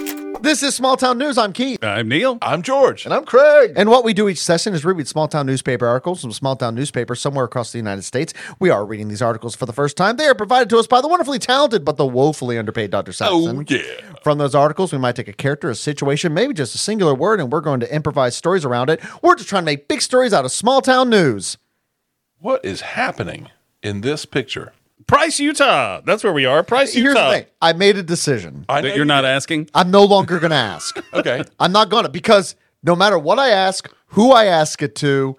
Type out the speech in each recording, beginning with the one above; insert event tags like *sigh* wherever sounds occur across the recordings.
is Small Town News. I'm Keith. I'm Neil. I'm George. And I'm Craig. And what we do each session is read small town newspaper articles from small town newspapers somewhere across the United States. We are reading these articles for the first time. They are provided to us by the wonderfully talented but the woefully underpaid Dr. Saxon. Oh, yeah. From those articles, we might take a character, a situation, maybe just a singular word, and we're going to improvise stories around it. We're just trying to make big stories out of small town news. What is happening in this picture? Price, Utah. That's where we are. Price, Here's Utah. the thing I made a decision. I know That you're not asking. I'm no longer going to ask. *laughs* Okay. I'm not going to because no matter what I ask, who I ask it to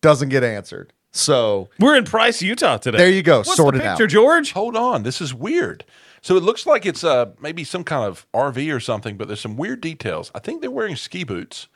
doesn't get answered. So We're in Price, Utah today. There you go. What's Sort the it out. picture, George. Hold on. This is weird. So it looks like it's uh, maybe some kind of RV or something, but there's some weird details. I think they're wearing ski boots,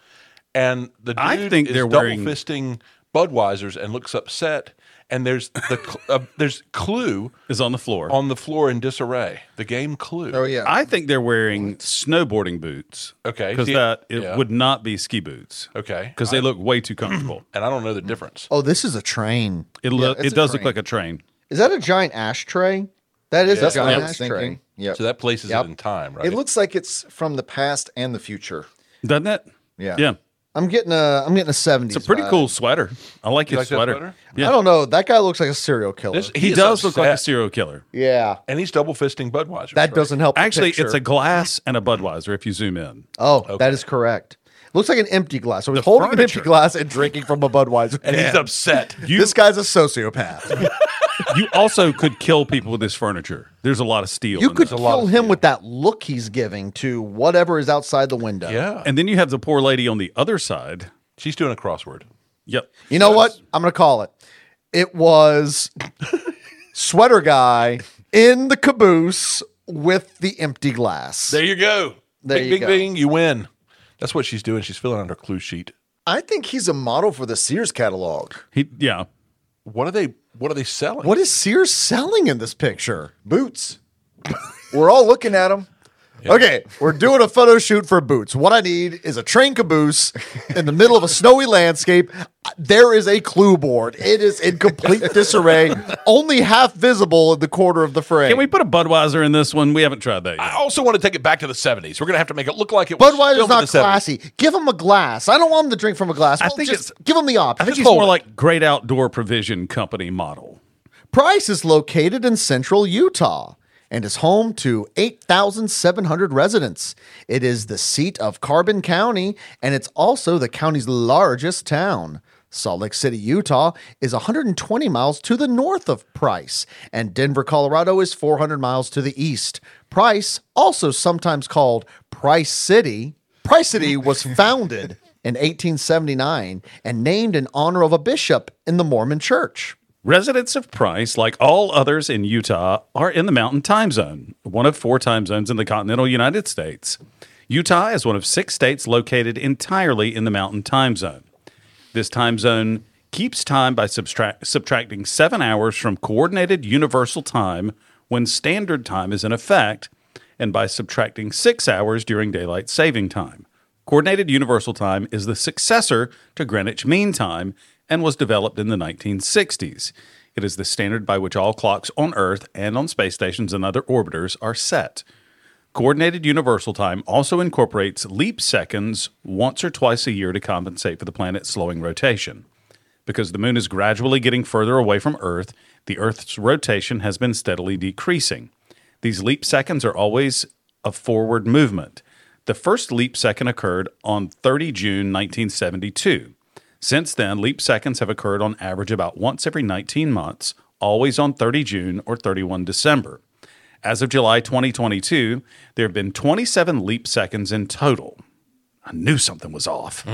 and the dude I think is they're double wearing- fisting Budweisers and looks upset. And there's the cl- uh, there's Clue Is on the floor. on the floor in disarray. The game Clue. Oh yeah. I think they're wearing snowboarding boots. Okay. Because See- that it yeah. would not be ski boots. Okay. Because they look way *clears throat* too comfortable. And I don't know the difference. oh, this is a train. It Yeah, lo- it's it a does train. look like a train. Is that a giant ashtray? That is That's a what I giant was ashtray. thinking. Yep. So that places Yep. it in time, right? It looks like it's from the past and the future. Doesn't it? Yeah. Yeah. I'm getting a I'm getting a 70s. It's a pretty cool sweater. I like You your like that sweater. sweater? I Yeah. don't know. That guy looks like a serial killer. This- He is does look like a upset. serial killer. Yeah. And he's double fisting Budweiser. that doesn't help. the Actually, it's picture. a glass and a Budweiser if you zoom in. Oh, that is correct. Looks like an empty glass. So he's The holding an furniture. empty glass and drinking from a Budweiser. And he's upset. You this guy's a *laughs* sociopath. you also could kill people with this furniture. There's a lot of steel. you in could this. kill him with that look he's giving to whatever is outside the window. yeah. And then you have the poor lady on the other side. She's doing a crossword. Yep. You know what? I'm going to call it. It *laughs* was sweater guy in the caboose with the empty glass. There you go. There bing, you bing, go. bing. You win. That's what she's doing. She's filling out her clue sheet. I think he's a model for the Sears catalog. He yeah. What are they? What are they selling? what is Sears selling in this picture? *laughs* Boots. We're all looking at him. Okay, we're doing a photo shoot for boots. What I need is a train caboose in the middle of a snowy landscape. There is a clue board. It is in *laughs* complete disarray, only half visible in the corner of the frame. Can we put a Budweiser in this one? We haven't tried that I yet. also want to take it back to the seventies. We're gonna have to make it look like it. was Budweiser's filmed in not the 70s. classy. Give him a glass. I don't want him to drink from a glass. I Well, think just it's- give him the option. I think Just he's hold more it. like Great Outdoor Provision Company model. Price is located in central Utah and is home to 8,700 residents. It is the seat of Carbon County and it's also the county's largest town. Salt Lake City, Utah is 120 miles to the north of Price, and Denver, Colorado is 400 miles to the east. Price, also sometimes called Price City, Price City was founded in 1879 and named in honor of a bishop in the Mormon church. Residents of Price, like all others in Utah, are in the Mountain Time Zone, one of four time zones in the continental United States. Utah is one of six states located entirely in the Mountain Time Zone. This time zone keeps time by subtract- subtracting seven hours from coordinated universal time when standard time is in effect, and by subtracting six hours during daylight saving time. Coordinated universal time is the successor to Greenwich Mean Time and was developed in the 1960s. It is the standard by which all clocks on Earth and on space stations and other orbiters are set. Coordinated Universal Time also incorporates leap seconds once or twice a year to compensate for the planet's slowing rotation. Because the moon is gradually getting further away from Earth, the Earth's rotation has been steadily decreasing. These leap seconds are always a forward movement. The first leap second occurred on 30 June 1972. Since then, leap seconds have occurred on average about once every 19 months, always on 30 June or 31 December. As of July 2022, there have been 27 leap seconds in total. I knew something was off.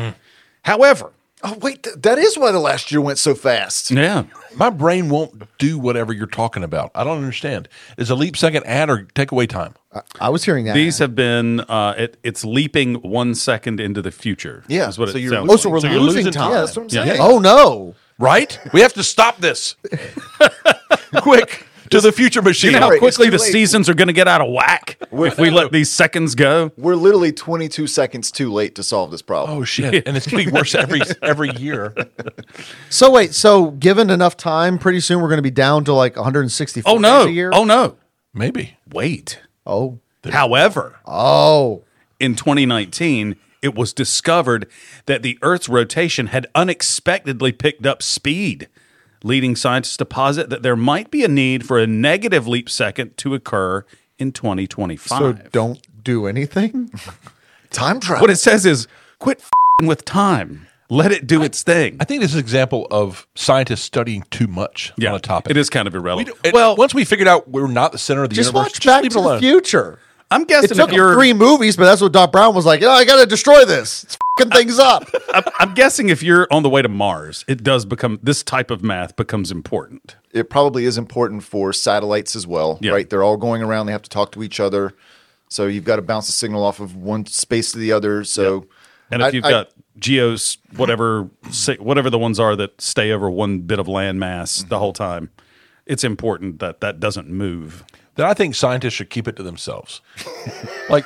However, Oh, wait. th- that is why the last year went so fast. yeah, My brain won't do whatever you're talking about. I don't understand. Is a leap second add or take away time? I was hearing that. these have been uh, it, it's leaping one second into the future. Yeah, is what so it you're- sounds oh, like. so we're you're losing, losing time. time. Yeah, that's what I'm Yeah. saying. Oh no! Right? We have to stop this. *laughs* Quick to the future machine. You know how Sorry, it's quickly too the late. seasons are going to get out of whack if we let these seconds go. We're literally 22 seconds too late to solve this problem. Oh shit! And it's getting worse every every year. So wait, so given enough time, pretty soon we're going to be down to like 164 Oh days a no! year. Oh no! Maybe Wait. oh, However, oh, in 2019, it was discovered that the Earth's rotation had unexpectedly picked up speed, leading scientists to posit that there might be a need for a negative leap second to occur in 2025. So don't do *laughs* anything. Time travel. what it says is quit fing with time, let it do its thing. I think this is an example of scientists studying too much yeah, on a topic. It is kind of We irrelevant. don't- it- Oh, well, once we figured out we're not the center of the Just universe, watch Back leave it to the alone. Future. I'm It guessing took if you're three movies, but that's what Doc Brown was like. Oh, I got to destroy this. It's fucking things up. I'm, I'm guessing if you're on the way to Mars, it does become this type of math becomes important. it probably is important for satellites as well, Yeah. right? They're all going around, they have to talk *laughs* to each other. So you've got to bounce the signal off of one space to the other. So And if I- you've I- got geos, whatever, say, whatever the ones are that stay over one bit of land mass the whole time, it's important that that doesn't move. Then I think scientists should keep it to themselves. like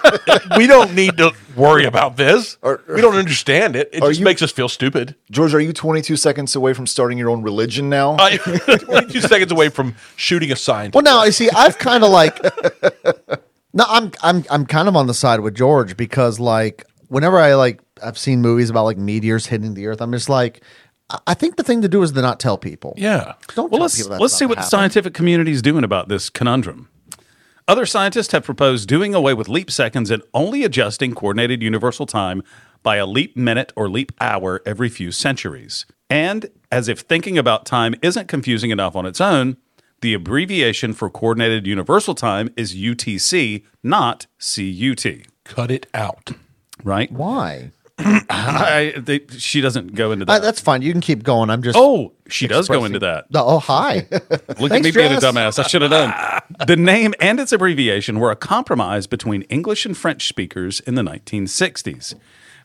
we don't need to worry about this. we don't understand it. It just you- makes us feel stupid. George, are you 22 seconds away from starting your own religion now? I, *laughs* we're two seconds away from shooting a scientist. Well, now you see, I've kind of like, *laughs* no, I'm I'm I'm kind of on the side with George because like whenever I like I've seen movies about like meteors hitting the earth, I'm just like, I- I think the thing to do is to not tell people. yeah. don't Well, tell let's people. That's let's not see what the happening. scientific community is doing about this conundrum. Other scientists have proposed doing away with leap seconds and only adjusting coordinated universal time by a leap minute or leap hour every few centuries. And as if thinking about time isn't confusing enough on its own, the abbreviation for coordinated universal time is UTC, not CUT, Cut it out. right? Why? I, they, she doesn't go into Uh, that. that's fine. You can keep going. I'm just. oh, she does go into that. No, oh *laughs* hi. Look Thanks, at me being a Jess. dumbass. I should have done. the name and its abbreviation were a compromise between English and French speakers in the 1960s.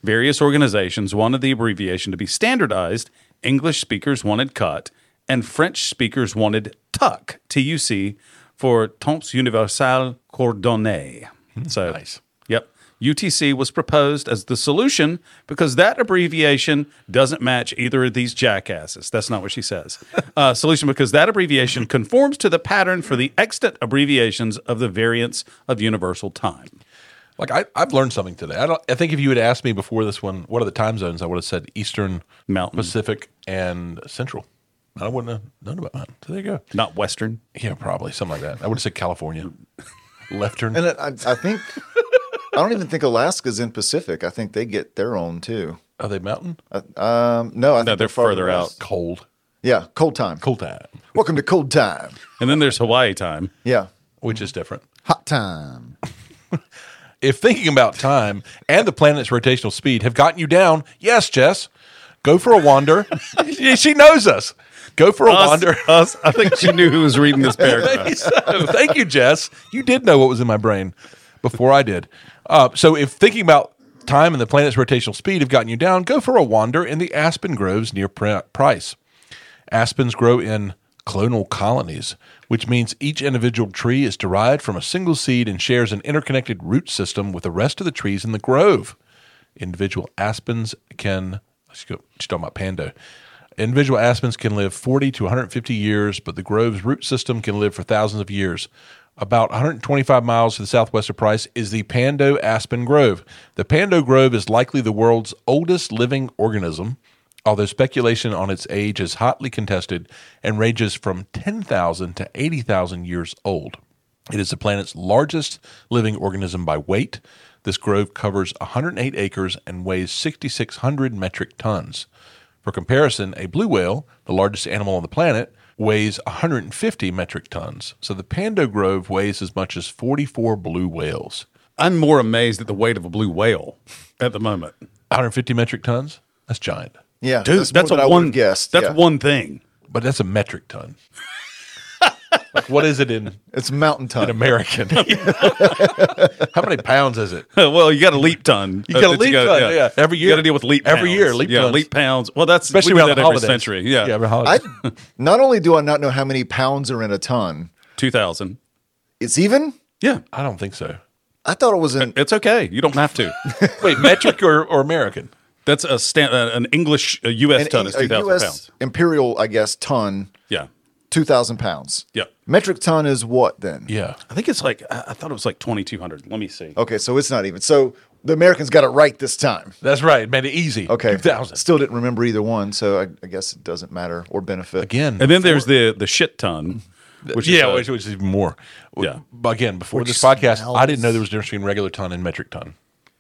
Various organizations wanted the abbreviation to be standardized. English speakers wanted cut, and French speakers wanted tuck, TUC, for Temps Universal Coordonné. So, nice. Yep. UTC was proposed as the solution because that abbreviation doesn't match either of these jackasses. That's not what she *laughs* says. Uh, solution because that abbreviation conforms to the pattern for the extant abbreviations of the variants of universal time. Like I, I've learned something today. I don't. I think if you had asked me before this one, what are the time zones? I would have said Eastern, Mountain. Pacific, and Central. I wouldn't have known about mine. So there you go. Not Western. Yeah, probably something like that. I would have said California, Leftern. and I, I *laughs* think, I don't even think Alaska's in Pacific. I think they get their own too. Are they mountain? Uh, Um, no, I think they're further out. west. Cold. Yeah, cold time. Cold time, Welcome to cold time. And then there's Hawaii time. Yeah. which is different. Hot time. If thinking about time and the planet's rotational speed have gotten you down, yes, Jess, go for a wander. *laughs* she she knows us. Go for a Us, wander. *laughs* *laughs* us. I think she knew who was reading this paragraph. Maybe so. Thank you, Jess. You did know what was in my brain before I did. Uh, so, if thinking about time and the planet's rotational speed have gotten you down, go for a wander in the aspen groves near Pri- Price. Aspens grow in clonal colonies, which means each individual tree is derived from a single seed and shares an interconnected root system with the rest of the trees in the grove. Individual aspens can, she's go- she's talking about Pando. Individual aspens can live 40 to 150 years, but the grove's root system can live for thousands of years. About 125 miles to the southwest of Price is the Pando Aspen Grove. The Pando Grove is likely the world's oldest living organism, although speculation on its age is hotly contested and ranges from 10,000 to 80,000 years old. It is the planet's largest living organism by weight. This grove covers 108 acres and weighs 6,600 metric tons. For comparison, a blue whale, the largest animal on the planet, weighs 150 metric tons. So the Pando Grove weighs as much as 44 blue whales. *laughs* I'm more amazed at the weight of a blue whale at the moment. 150 metric tons? That's giant. Yeah. Dude, more that's, than a I one would've guessed. That's Yeah. one thing. But that's a metric ton. *laughs* like what is it in It's *laughs* mountain an time. American? How many pounds is it? *laughs* well, you got a leap ton. You got a leap ton, yeah. Every you year. got to deal with leap. Every pounds. year, leap yeah, tons. leap pounds. Well, that's Especially we do around that the every holidays. century. Yeah, every holiday. I, not only do I not know how many pounds are in a ton, two thousand. it's even. Yeah, I don't think so. I thought it was in. it's okay. You don't have to. *laughs* Wait, metric or, or American? that's a stand, uh, an English a U.S. an- ton is a two thousand US pounds. Imperial, I guess, ton, Yeah, 2,000 pounds. Yeah. Metric ton is what then? Yeah. Oh, I think it's like I I thought it was like twenty two hundred. Let me see. Okay, so it's not even. So The Americans got it right this time. That's right. Made it easy. Okay. 2000. Still didn't remember either one, so I, I guess it doesn't matter or benefit. Again. And then there's the the shit ton, which yeah, is, which, which is even more. Yeah. But Again, before Which this podcast, I didn't smells. know there was a difference between regular ton and metric ton.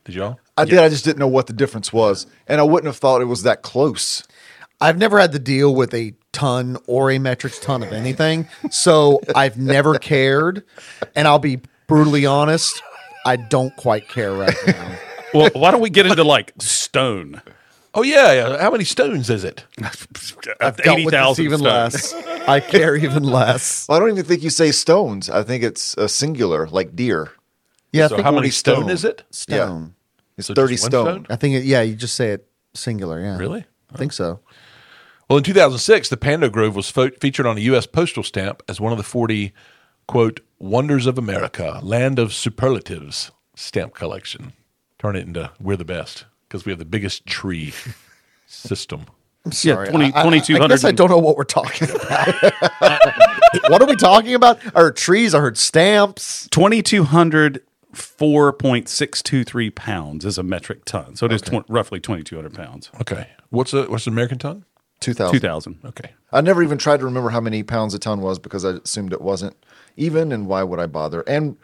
Did y'all? I did. I just didn't know what the difference was, and I wouldn't have thought it was that close. I've never had to deal with a ton or a metric ton of anything, so I've never cared. And I'll be brutally honest, I don't quite care right *laughs* now. well, why don't we get into like stone? Oh yeah, yeah. How many stones is it? I've dealt with this even stone. less. I care even less. Well, I don't even think you say stones. I think it's a singular, like deer. Yeah, I So think how when many we stone, is it? stone. It's So just thirty one stone. I think it, yeah, you just say it singular. Yeah, Really? I think so. Well, in 2006, the Pando Grove was fo- featured on a U.S. postal stamp as one of the 40 quote wonders of America, land of superlatives stamp collection. Turn it into we're the best because we have the biggest *laughs* tree system. Yeah, 20, I- I- I, 2200 guess I don't know what we're talking about. *laughs* what are we talking about? Our trees. I heard stamps. 2200 4.623 pounds is a metric ton. So it is tw- roughly 2200 pounds. Okay, what's a, what's an American ton? Two thousand. 2000. Okay, I never even tried to remember how many pounds a ton was because I assumed it wasn't even, and why would I bother? And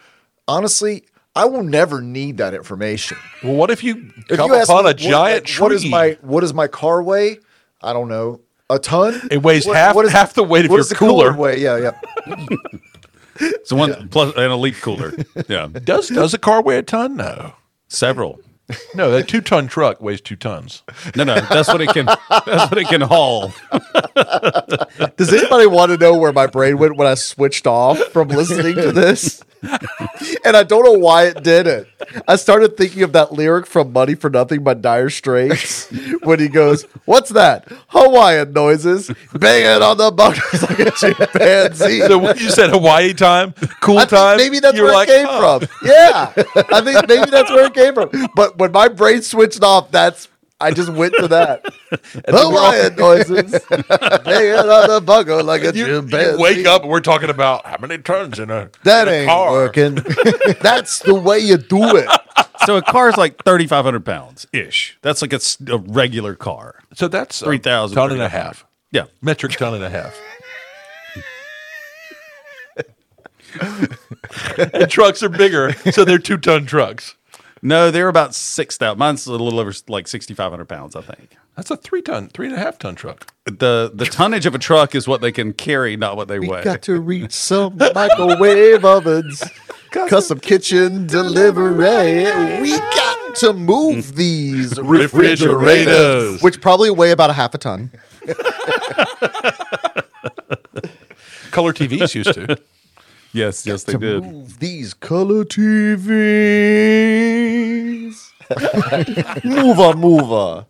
honestly, I will never need that information. well, what if you If come you ask upon me, a giant tree? What is my what is my car weigh? I don't know. A ton. It weighs What- half- what is- half the weight of what your is the cooler cooler. weigh? Yeah, yeah. So one plus an elite *laughs* cooler. Yeah. does does a car weigh a ton? No, Several. no, a two ton truck weighs two tons. No, no, that's what it can that's what it can haul. Does anybody want to know where my brain went when I switched off from listening to this? *laughs* and I don't know why it did it. I started thinking of that lyric from Money for Nothing by Dire *laughs* Straits when he goes, What's that? Hawaiian noises. Banging on the *laughs* buttons like a chimpanzee. So when you said Hawaii time, cool I think time. maybe that's you're where like, it came "Huh." from. Yeah. I think maybe that's where it came from. But when my brain switched off, that's I just went to *laughs* that. Hawaiian noises. Banging on the buckle like a You, chimpanzee. you wake up and we're talking about how many tons in a That in a ain't car. working. *laughs* That's the way you do it. So a car is like 3500 pounds ish. That's like a, s- a regular car. So that's a 3,000, ton and a 3,500. half Yeah. metric ton and a half. and trucks are bigger, so they're two ton trucks. No, they're about 6000. Mine's a little over like 6500 pounds, I think. That's a three ton, three and a half ton truck. The the tonnage of a truck is what they can carry, not what they weigh. Got to reach some microwave ovens, custom kitchen delivery. We got to move these *laughs* refrigerators, Mm. Refrigerators. which probably weigh about a half a ton. Color TVs used to. Yes, yes, they to did. move these color *laughs* TVs. mover, mover.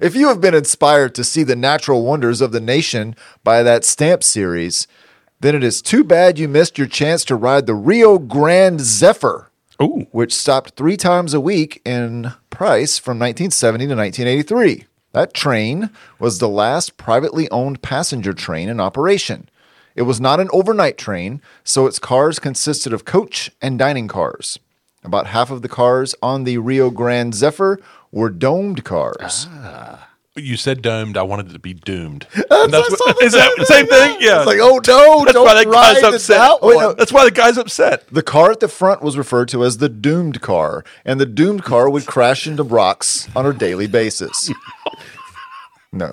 If you have been inspired to see the natural wonders of the nation by that stamp series, then it is too bad you missed your chance to ride the Rio Grande Zephyr, Ooh. which stopped three times a week in price from 1970 to 1983. That train was the last privately owned passenger train in operation. It was not an overnight train, so its cars consisted of coach and dining cars. About half of the cars on the Rio Grande Zephyr were domed cars. You said domed. I wanted it to be doomed. And That's *laughs* what, is that the same thing? Yeah. It's like, oh no, that's don't why that ride guy's the upset. doubt one. That's why the guy's upset. The car at the front was referred to as the doomed car, and the doomed car would crash into rocks on a daily basis. No.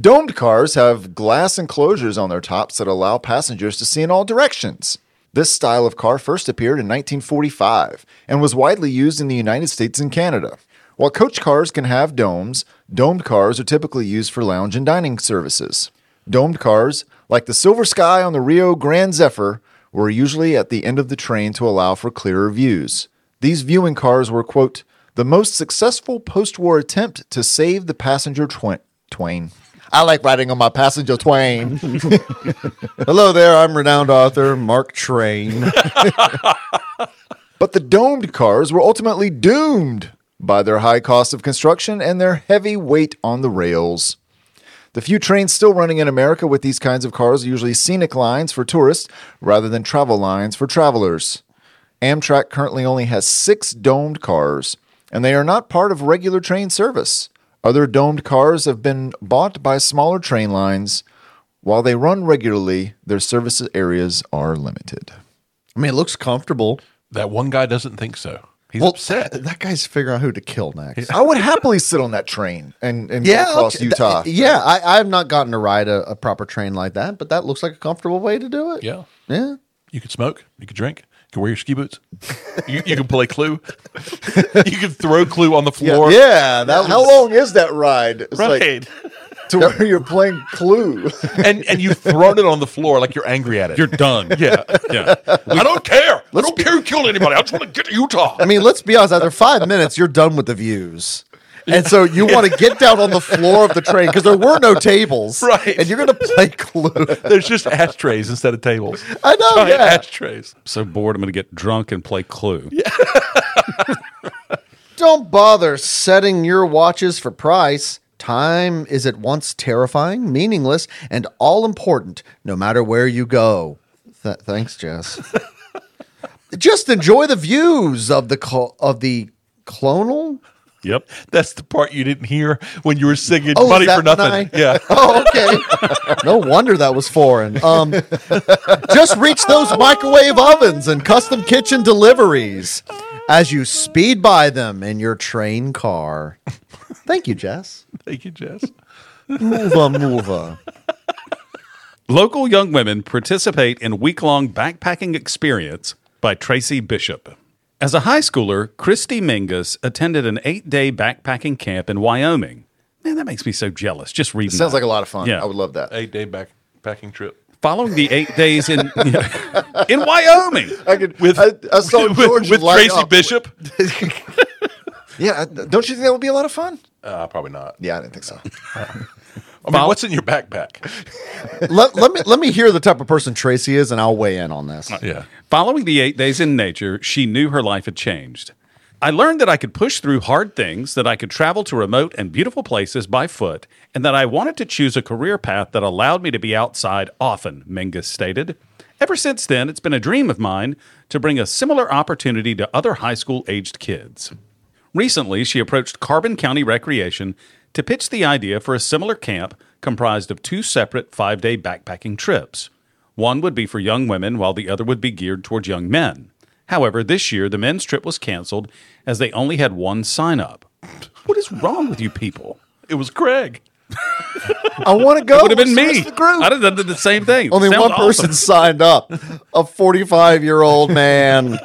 Domed cars have glass enclosures on their tops that allow passengers to see in all directions. This style of car first appeared in 1945 and was widely used in the United States and Canada. While coach cars can have domes, domed cars are typically used for lounge and dining services. Domed cars, like the Silver Sky on the Rio Grande Zephyr, were usually at the end of the train to allow for clearer views. These viewing cars were, quote, the most successful post war attempt to save the passenger twi- twain. I like riding on my passenger twain. Hello there, I'm renowned author Mark Train. But the domed cars were ultimately doomed by their high cost of construction and their heavy weight on the rails. The few trains still running in America with these kinds of cars are usually scenic lines for tourists rather than travel lines for travelers. Amtrak currently only has six domed cars, and they are not part of regular train service. Other domed cars have been bought by smaller train lines. While they run regularly, their service areas are limited. I mean, it looks comfortable. That one guy doesn't think so. He's upset. *laughs* That, that guy's figuring out who to kill next. I would happily sit on that train and, *laughs* and Yeah, go across okay. Utah. Th- yeah, I, I've not gotten to ride a, a proper train like that, but that looks like a comfortable way to do it. Yeah. yeah. You could smoke. You could drink. You could wear your ski boots. You, you could play Clue. *laughs* you could throw Clue on the floor. yeah, that how long is that ride? It's Right. like to where you're playing *laughs* Clue. and and you've thrown it on the floor like you're angry at it. You're done. yeah. yeah. I don't care. I don't care who killed anybody. I just want to get to Utah. I mean, let's be honest. After five minutes, you're done with the views. And so you want to get down on the floor of the train because there were no tables. Right. And you're going to play *laughs* Clue. There's just ashtrays instead of tables. I know, Giant yeah. Ashtrays. So bored, I'm going to get drunk and play Clue. Don't bother setting your watches for price. Time is at once terrifying, meaningless, and all important, no matter where you go. Th- thanks, Jess. *laughs* Just enjoy the views of the cl- of the clonal. Yep. That's the part you didn't hear when you were singing Oh, is Money that for when Nothing. I- Yeah. *laughs* Oh, okay. *laughs* No wonder that was foreign. Um, *laughs* just reach those microwave ovens and custom kitchen deliveries as you speed by them in your train car. Thank you, Jess. Thank you, Jess. Mover, mover. Local young women participate in week long backpacking experience by Tracy Bishop. As a high schooler, Christy Mingus attended an eight day backpacking camp in Wyoming. Man, that makes me so jealous just reading. Sounds that. like a lot of fun. Yeah. I would love that. Eight day backpacking trip. Following the eight days in, *laughs* in Wyoming. I could With- with I, I saw Oh, *laughs* George with with light Tracy up. Bishop? Yeah, I- don't you think that would be a lot of fun? Uh, probably not. Yeah, I didn't think so. I mean, what's in your backpack? *laughs* let, let me let me hear the type of person Tracy is, and I'll weigh in on this. Yeah. Following the eight days in nature, she knew her life had changed. I learned that I could push through hard things, that I could travel to remote and beautiful places by foot, and that I wanted to choose a career path that allowed me to be outside often, Mingus stated. Ever since then, it's been a dream of mine to bring a similar opportunity to other high school aged kids. Recently, she approached Carbon County Recreation to pitch the idea for a similar camp comprised of two separate five day backpacking trips. One would be for young women, while the other would be geared towards young men. However, this year, the men's trip was canceled as they only had one sign up. What is wrong with you people? It was Greg. I want to go. Would have What's been me. Oh, the rest of the group? I'd have done the same thing. Only Sounds one person awesome. signed up, a 45 year old man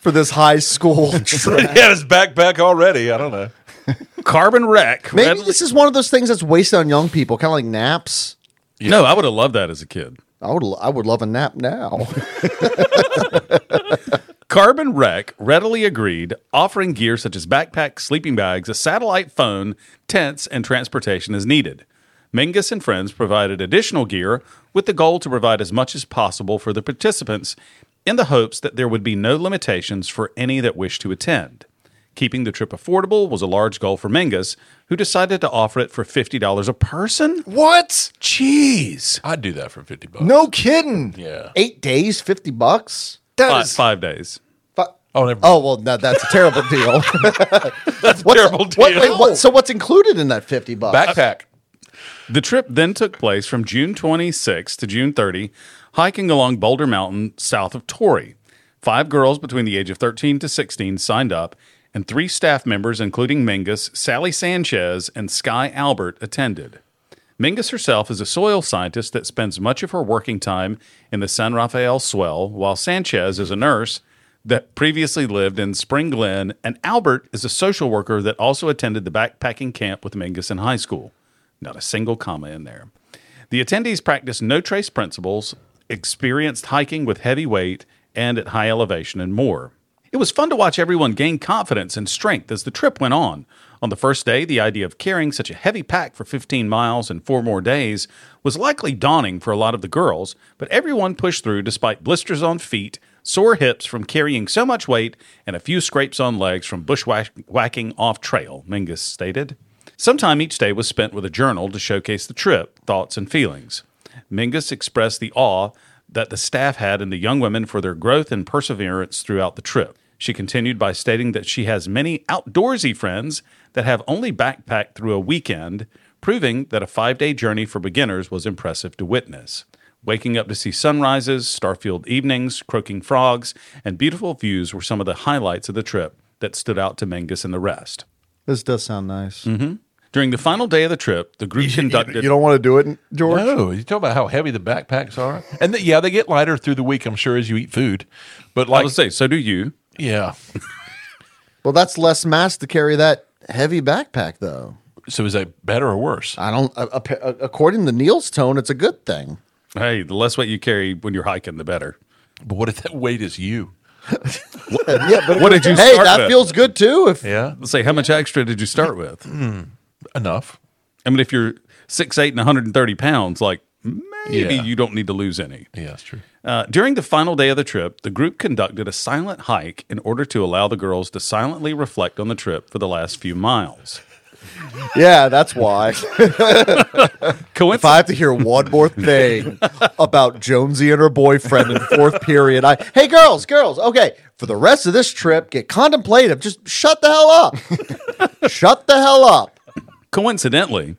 for this high school trip. *laughs* He had his backpack already. I don't know. Carbon wreck. Maybe this is one of those things that's wasted on young people, kind of like naps. No, I would have loved that as a kid. I would I would love a nap now. Carbon Wreck readily agreed, offering gear such as backpacks, sleeping bags, a satellite phone, tents, and transportation as needed. Mingus and friends provided additional gear with the goal to provide as much as possible for the participants in the hopes that there would be no limitations for any that wished to attend. Keeping the trip affordable was a large goal for Mingus, who decided to offer it for $50 a person? What? Jeez. I'd do that for 50 bucks. No kidding. Yeah. Eight days, 50 bucks. That Five, is five days. Fi- Oh, never Oh well, no, that's a terrible deal. *laughs* that's a terrible What, deal. wait, what, so what's included in that fifty bucks? Backpack. The trip then took place from June 26 to June 30, hiking along Boulder Mountain south of Torrey. Five girls between the age of 13 to 16 signed up, and three staff members, including Mingus, Sally Sanchez, and Sky Albert, attended. Mingus herself is a soil scientist that spends much of her working time in the San Rafael swell, while Sanchez is a nurse that previously lived in Spring Glen, and Albert is a social worker that also attended the backpacking camp with Mingus in high school. Not a single comma in there. The attendees practiced no trace principles, experienced hiking with heavy weight and at high elevation, and more. It was fun to watch everyone gain confidence and strength as the trip went on. On the first day, the idea of carrying such a heavy pack for 15 miles and four more days was likely daunting for a lot of the girls, but everyone pushed through despite blisters on feet, sore hips from carrying so much weight, and a few scrapes on legs from bushwhacking off trail, Mingus stated. Some time each day was spent with a journal to showcase the trip, thoughts, and feelings. Mingus expressed the awe that the staff had in the young women for their growth and perseverance throughout the trip. She continued by stating that she has many outdoorsy friends that have only backpacked through a weekend, proving that a five day journey for beginners was impressive to witness. Waking up to see sunrises, starfield evenings, croaking frogs, and beautiful views were some of the highlights of the trip that stood out to Mengus and the rest. This does sound nice. During the final day of the trip, the group conducted. You don't want to do it, George? No, you talk about how heavy the backpacks are, and th- yeah, they get lighter through the week, I'm sure, as you eat food. But I like, would say, so do you. yeah, Well, that's less mass to carry that heavy backpack, though. so is that better or worse? I don't. a- a- a- According to Neil's tone, it's a good thing. Hey, the less weight you carry when you're hiking, the better. But what if that weight is you? yeah, but What did you Hey, start that with? feels good too. If Yeah, Let's say, how much extra did you start with? enough. I mean, if you're six, eight, and 130 pounds, like maybe Yeah. you don't need to lose any. Yeah, that's true. Uh, during the final day of the trip, the group conducted a silent hike in order to allow the girls to silently reflect on the trip for the last few miles. yeah, that's *laughs* why. Coincidentally, if I have to hear one more thing about Jonesy and her boyfriend in fourth period, I hey girls, girls, okay. For the rest of this trip, get contemplative. Just shut the hell up. shut the hell up. Coincidentally,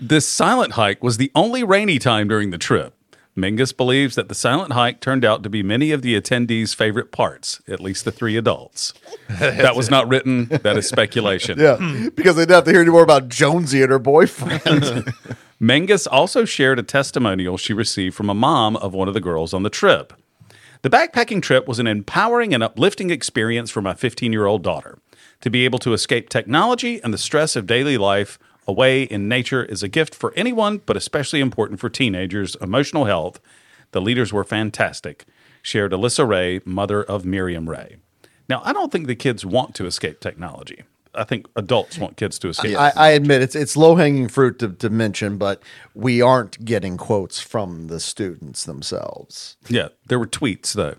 this silent hike was the only rainy time during the trip. Mingus believes that the silent hike turned out to be many of the attendees' favorite parts, at least the three adults. that was not written, that is speculation. Yeah, because they didn't have to hear any more about Jonesy and her boyfriend. Mengus also shared a testimonial she received from a mom of one of the girls on the trip. The backpacking trip was an empowering and uplifting experience for my 15 year old daughter. To be able to escape technology and the stress of daily life away in nature is a gift for anyone, but especially important for teenagers' emotional health. The leaders were fantastic, shared Alyssa Ray, mother of Miriam Ray. Now, I don't think the kids want to escape technology. I think adults want kids to escape. I, I admit it's it's low hanging fruit to, to mention, but we aren't getting quotes from the students themselves. yeah, there were tweets though.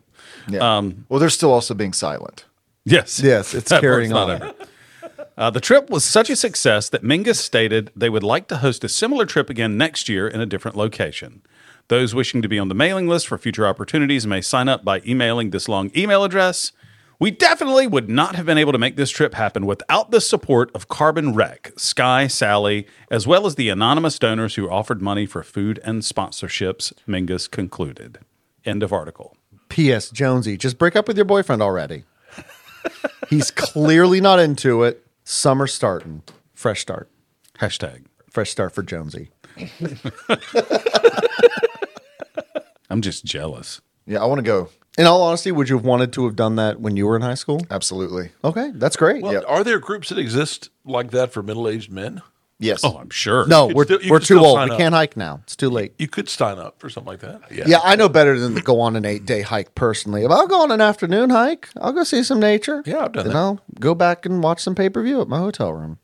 Yeah. well, they're still also being silent. Yes. Yes, it's *laughs* That carrying part's on. not over. Uh, the trip was such a success that Mingus stated they would like to host a similar trip again next year in a different location. Those wishing to be on the mailing list for future opportunities may sign up by emailing this long email address. We definitely would not have been able to make this trip happen without the support of Carbon Rec, Sky, Sally, as well as the anonymous donors who offered money for food and sponsorships, Mingus concluded. End of article. P.S. Jonesy, just break up with your boyfriend already. He's clearly not into it. Summer starting. Fresh start. Hashtag. Fresh start for Jonesy. I'm just jealous. Yeah, I want to go. In all honesty, would you have wanted to have done that when you were in high school? Absolutely. Oh, Okay, that's great. Well, are there groups that exist like that for middle-aged men? Yes. Oh, I'm sure. no, could we're, still- you we're could too still old. sign We up. can't hike now. It's too late. You could sign up for something like that. Yeah. Yeah, I know better than to go on an eight day hike personally. If I'll go on an afternoon hike, I'll go see some nature. Yeah, I've done Then that. I'll go back and watch some pay per view at my hotel room.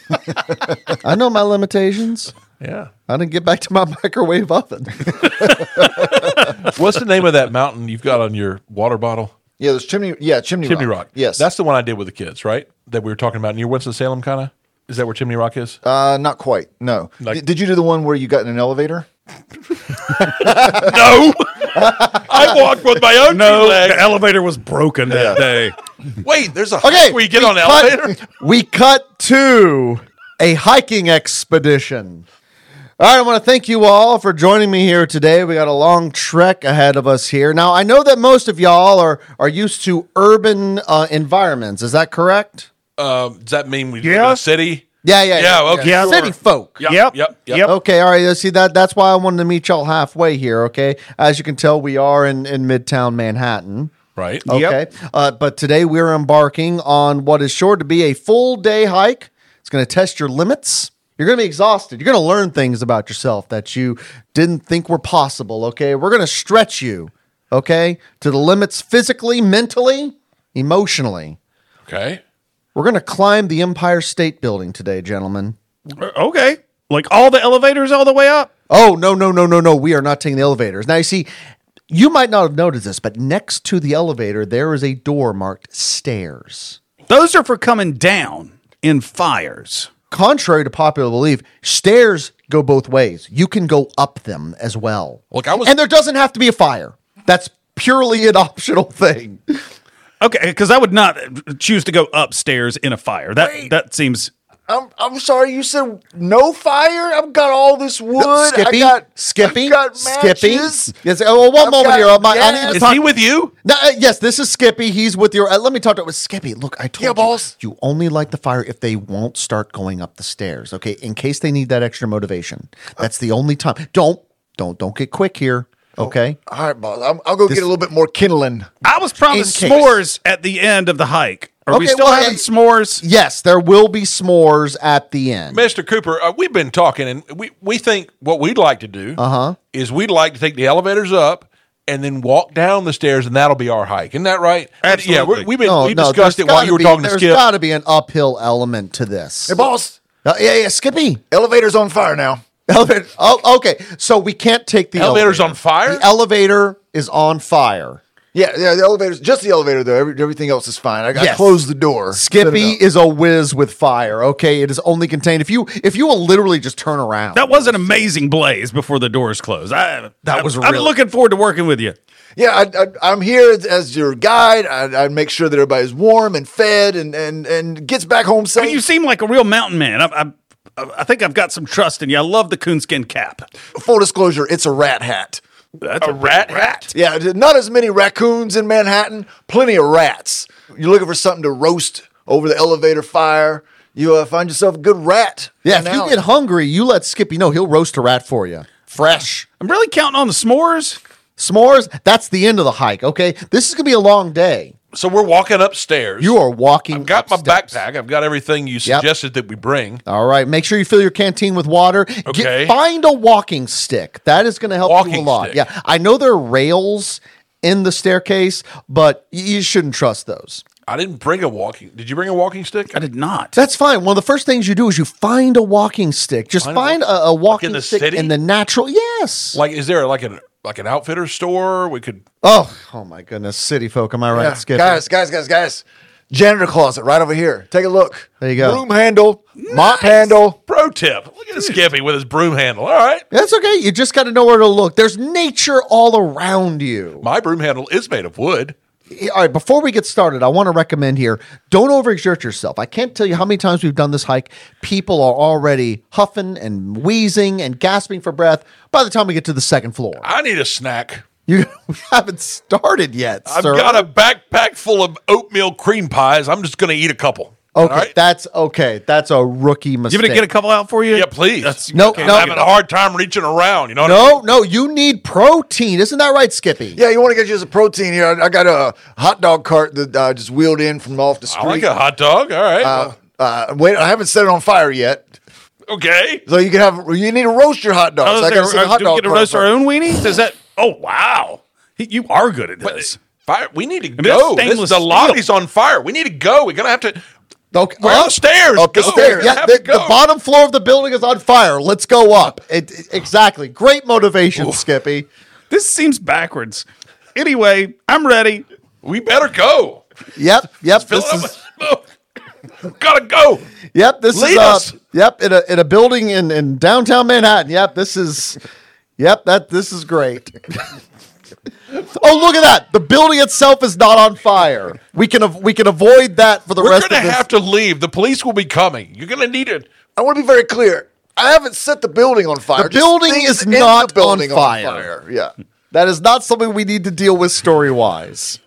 *laughs* I know my limitations. Yeah. I didn't get back to my *laughs* microwave oven. What's the name of that mountain you've got on your water bottle? Yeah, there's Chimney. Yeah, Chimney, Chimney Rock. Rock. Yes. That's the one I did with the kids, right? That we were talking about near Winston Salem, kind of. Is that where Chimney Rock is? uh, not quite. No. Like- Did- did you do the one where you got in an elevator? no. I walked with my own No, two legs. the elevator was broken that day. Wait, there's a Okay, okay, where you get on an cut- *laughs* elevator. we cut to a hiking expedition. All right, I want to thank you all for joining me here today. We got a long trek ahead of us here. Now, I know that most of y'all are are used to urban uh, environments. Is that correct? Um, does that mean we live in Yeah. a city? Yeah, yeah, Yeah, okay, sure. City folk. Yep. Yep. Yep. Yep. Yep. Okay, all right. you See that that's why I wanted to meet y'all halfway here. Okay, as you can tell, we are in in Midtown Manhattan. Right. Yep. Okay. Uh, but today we're embarking on what is sure to be a full day hike. It's going to test your limits. You're going to be exhausted. You're going to learn things about yourself that you didn't think were possible. Okay. We're going to stretch you, okay, to the limits physically, mentally, emotionally. Okay. We're going to climb the Empire State Building today, gentlemen. Okay. Like all the elevators all the way up? Oh, no, no, no, no, no. We are not taking the elevators. Now, you see, you might not have noticed this, but next to the elevator, there is a door marked stairs. Those are for coming down in fires. contrary to popular belief, stairs go both ways. You can go up them as well. Look, I was- and there doesn't have to be a fire. That's purely an *laughs* optional thing. Okay, because I would not choose to go upstairs in a fire. That that seems I'm, I'm sorry, you said no fire? I've got all this wood. Skippy, I got, Skippy, I've got Skippy. matches. Yes. Oh, one I've moment got here. I, might- I gas. need to Is Is talk. he with you? No, uh, yes, this is Skippy. He's with your. Uh, let me talk to it with Skippy. Look, I told Yeah, you, boss. you only light the fire if they won't start going up the stairs. Okay, in case they need that extra motivation. Uh, That's the only time. Don't, don't, don't get quick here. oh, Okay. All right, boss. I'm, I'll go get a little bit more kindling. I was promised In case. s'mores at the end of the hike. Are we Okay, still well, having I- s'mores? Yes, there will be s'mores at the end. Mr. Cooper, uh, we've been talking, and we, we think what we'd like to do uh-huh. is we'd like to take the elevators up and then walk down the stairs, and that'll be our hike. Isn't that right? Absolutely. Yeah, we, we've been, No, we no, discussed there's it while gotta you were be- talking to There's Skip. got to be an uphill element to this. Hey, boss. Uh, yeah, yeah, Skippy. Elevator's on fire *laughs* now. Elevator. Oh, okay. So we can't take the Elevator's elevator. on fire? The elevator is on fire. Yeah, yeah, the elevator's just the elevator though. Every, everything else is fine. I, I Yes. closed the door. Set Skippy it up. is a whiz with fire. Okay, it is only contained if you if you will literally just turn around. That was an amazing blaze before the doors closed. I, That I- was I'm really- looking forward to working with you. Yeah, I, I, I'm here as, as your guide. I, I make sure that everybody's warm and fed and and and gets back home safe. I mean, you seem like a real mountain man. I, I, I think I've got some trust in you. I love the coonskin cap. Full disclosure, it's a rat hat. That's a, rat hat. Yeah, there's not as many raccoons in Manhattan. Plenty of rats. You're looking for something to roast over the elevator fire. You uh, find yourself a good rat. yeah, in if an you alley. get hungry, you let Skippy know he'll roast a rat for you. Fresh. I'm really counting on the s'mores. S'mores, that's the end of the hike, okay? This is gonna be a long day. So we're walking upstairs. You are walking. I've got up my steps. backpack. I've got everything you Yep. suggested that we bring. All right, make sure you fill your canteen with water. Get- Okay. find a walking stick. That is going to help you a Walking lot. stick. Yeah, I know there are rails in the staircase, but y- you shouldn't trust those. I didn't bring a walking. Did you bring a walking stick? I did not. That's fine. One of the first things you do is you find a walking stick. Just find Find a a, walk- a walking the stick city? in the natural. Yes. Like, is there like an like an outfitter store we could? oh, oh my goodness, city folk. Am I right, Yeah, Skip? guys, guys, guys, guys. Janitor closet right over here. Take a look. There you go. Broom handle, mop handle. Pro tip: Look at Skippy with his broom handle. All right, That's okay. You just got to know where to look. There's nature all around you. my broom handle is made of wood. all right, before we get started, I want to recommend here don't overexert yourself. I can't tell you how many times we've done this hike. People are already huffing and wheezing and gasping for breath by the time we get to the second floor. I need a snack. You *laughs* we haven't started yet, I've sir. got a backpack full of oatmeal cream pies. I'm just going to eat a couple. All okay, right? that's okay. That's a rookie You mistake. want to get a couple out for you? yeah, please. No, I'm no. having a hard time reaching around. You know what I mean? no, no, you need protein. Isn't that right, Skippy? Yeah, you want to get you some protein here? I, I got a hot dog cart that I just wheeled in from off the I like street. a hot dog. All right. uh, uh, wait, I haven't set it on fire yet, okay. so you can have. You need to roast your hot dogs. Oh, I is gotta there- set the uh, do we get to cart on roast our fire. own weenies? Is that? Oh wow, He- you are good at this. Fire. We need to that's go. This, stainless the steel. lobby's on fire. We need to go. We're going to have to. Okay, We're up, upstairs. Up the Go. stairs. We Yeah, have the, to go. the bottom floor of the building is on fire. Let's go up. It- it- exactly. Great motivation, Skippy. This seems backwards. Anyway, I'm ready. We better go. Yep, yep. Fill This it is up. *laughs* Gotta go. Yep, this Lead is us. uh, yep in a in a building in, in downtown Manhattan. Yep, this is yep that this is great. *laughs* oh, look at that! The building itself is not on fire. We can av- we can avoid that for the We're rest of gonna this. have to leave. The police will be coming. You're gonna need it. I want to be very clear. I haven't set the building on fire. The Just building things is in the not on building fire. Yeah. that is not something we need to deal with story wise.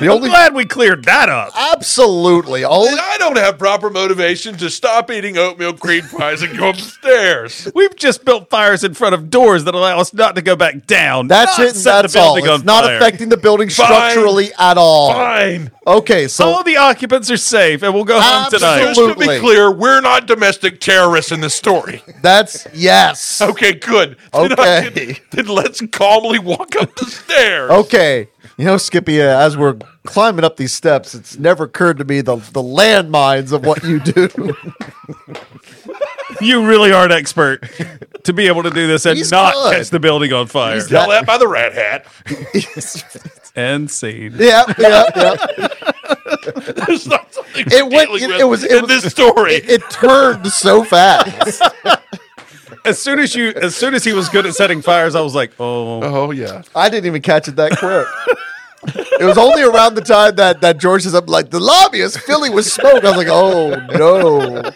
The I'm only glad we cleared that up. absolutely And only I don't have proper motivation to stop eating oatmeal cream pies and *laughs* go upstairs. We've just built fires in front of doors that allow us not to go back down. that's not it. And set the that's all. building It's on not fire. affecting the building Fine. structurally at all. Fine. Okay, so All the occupants are safe, and we'll go home tonight. Absolutely. Just to be clear, we're not domestic terrorists in this story. *laughs* that's yes. Okay, good. *laughs* Then I Okay. can- then let's calmly walk up the stairs. Okay. You know, Skippy, uh, as we're climbing up these steps, it's never occurred to me the, the landmines of what you *laughs* do. You really are an expert *laughs* to be able to do this and He's not good. catch the building on fire Yell at by the rat hat. *laughs* and scene. yeah, yeah, yeah. There's not something It went- dealing it- with it was- it in was- this story. It turned so fast. As soon as you, as soon as he was good at setting fires, I was like, oh, oh yeah. I didn't even catch it that quick. It was only around the time that, that George is up like the lobby is filling with smoke. I was like, oh no.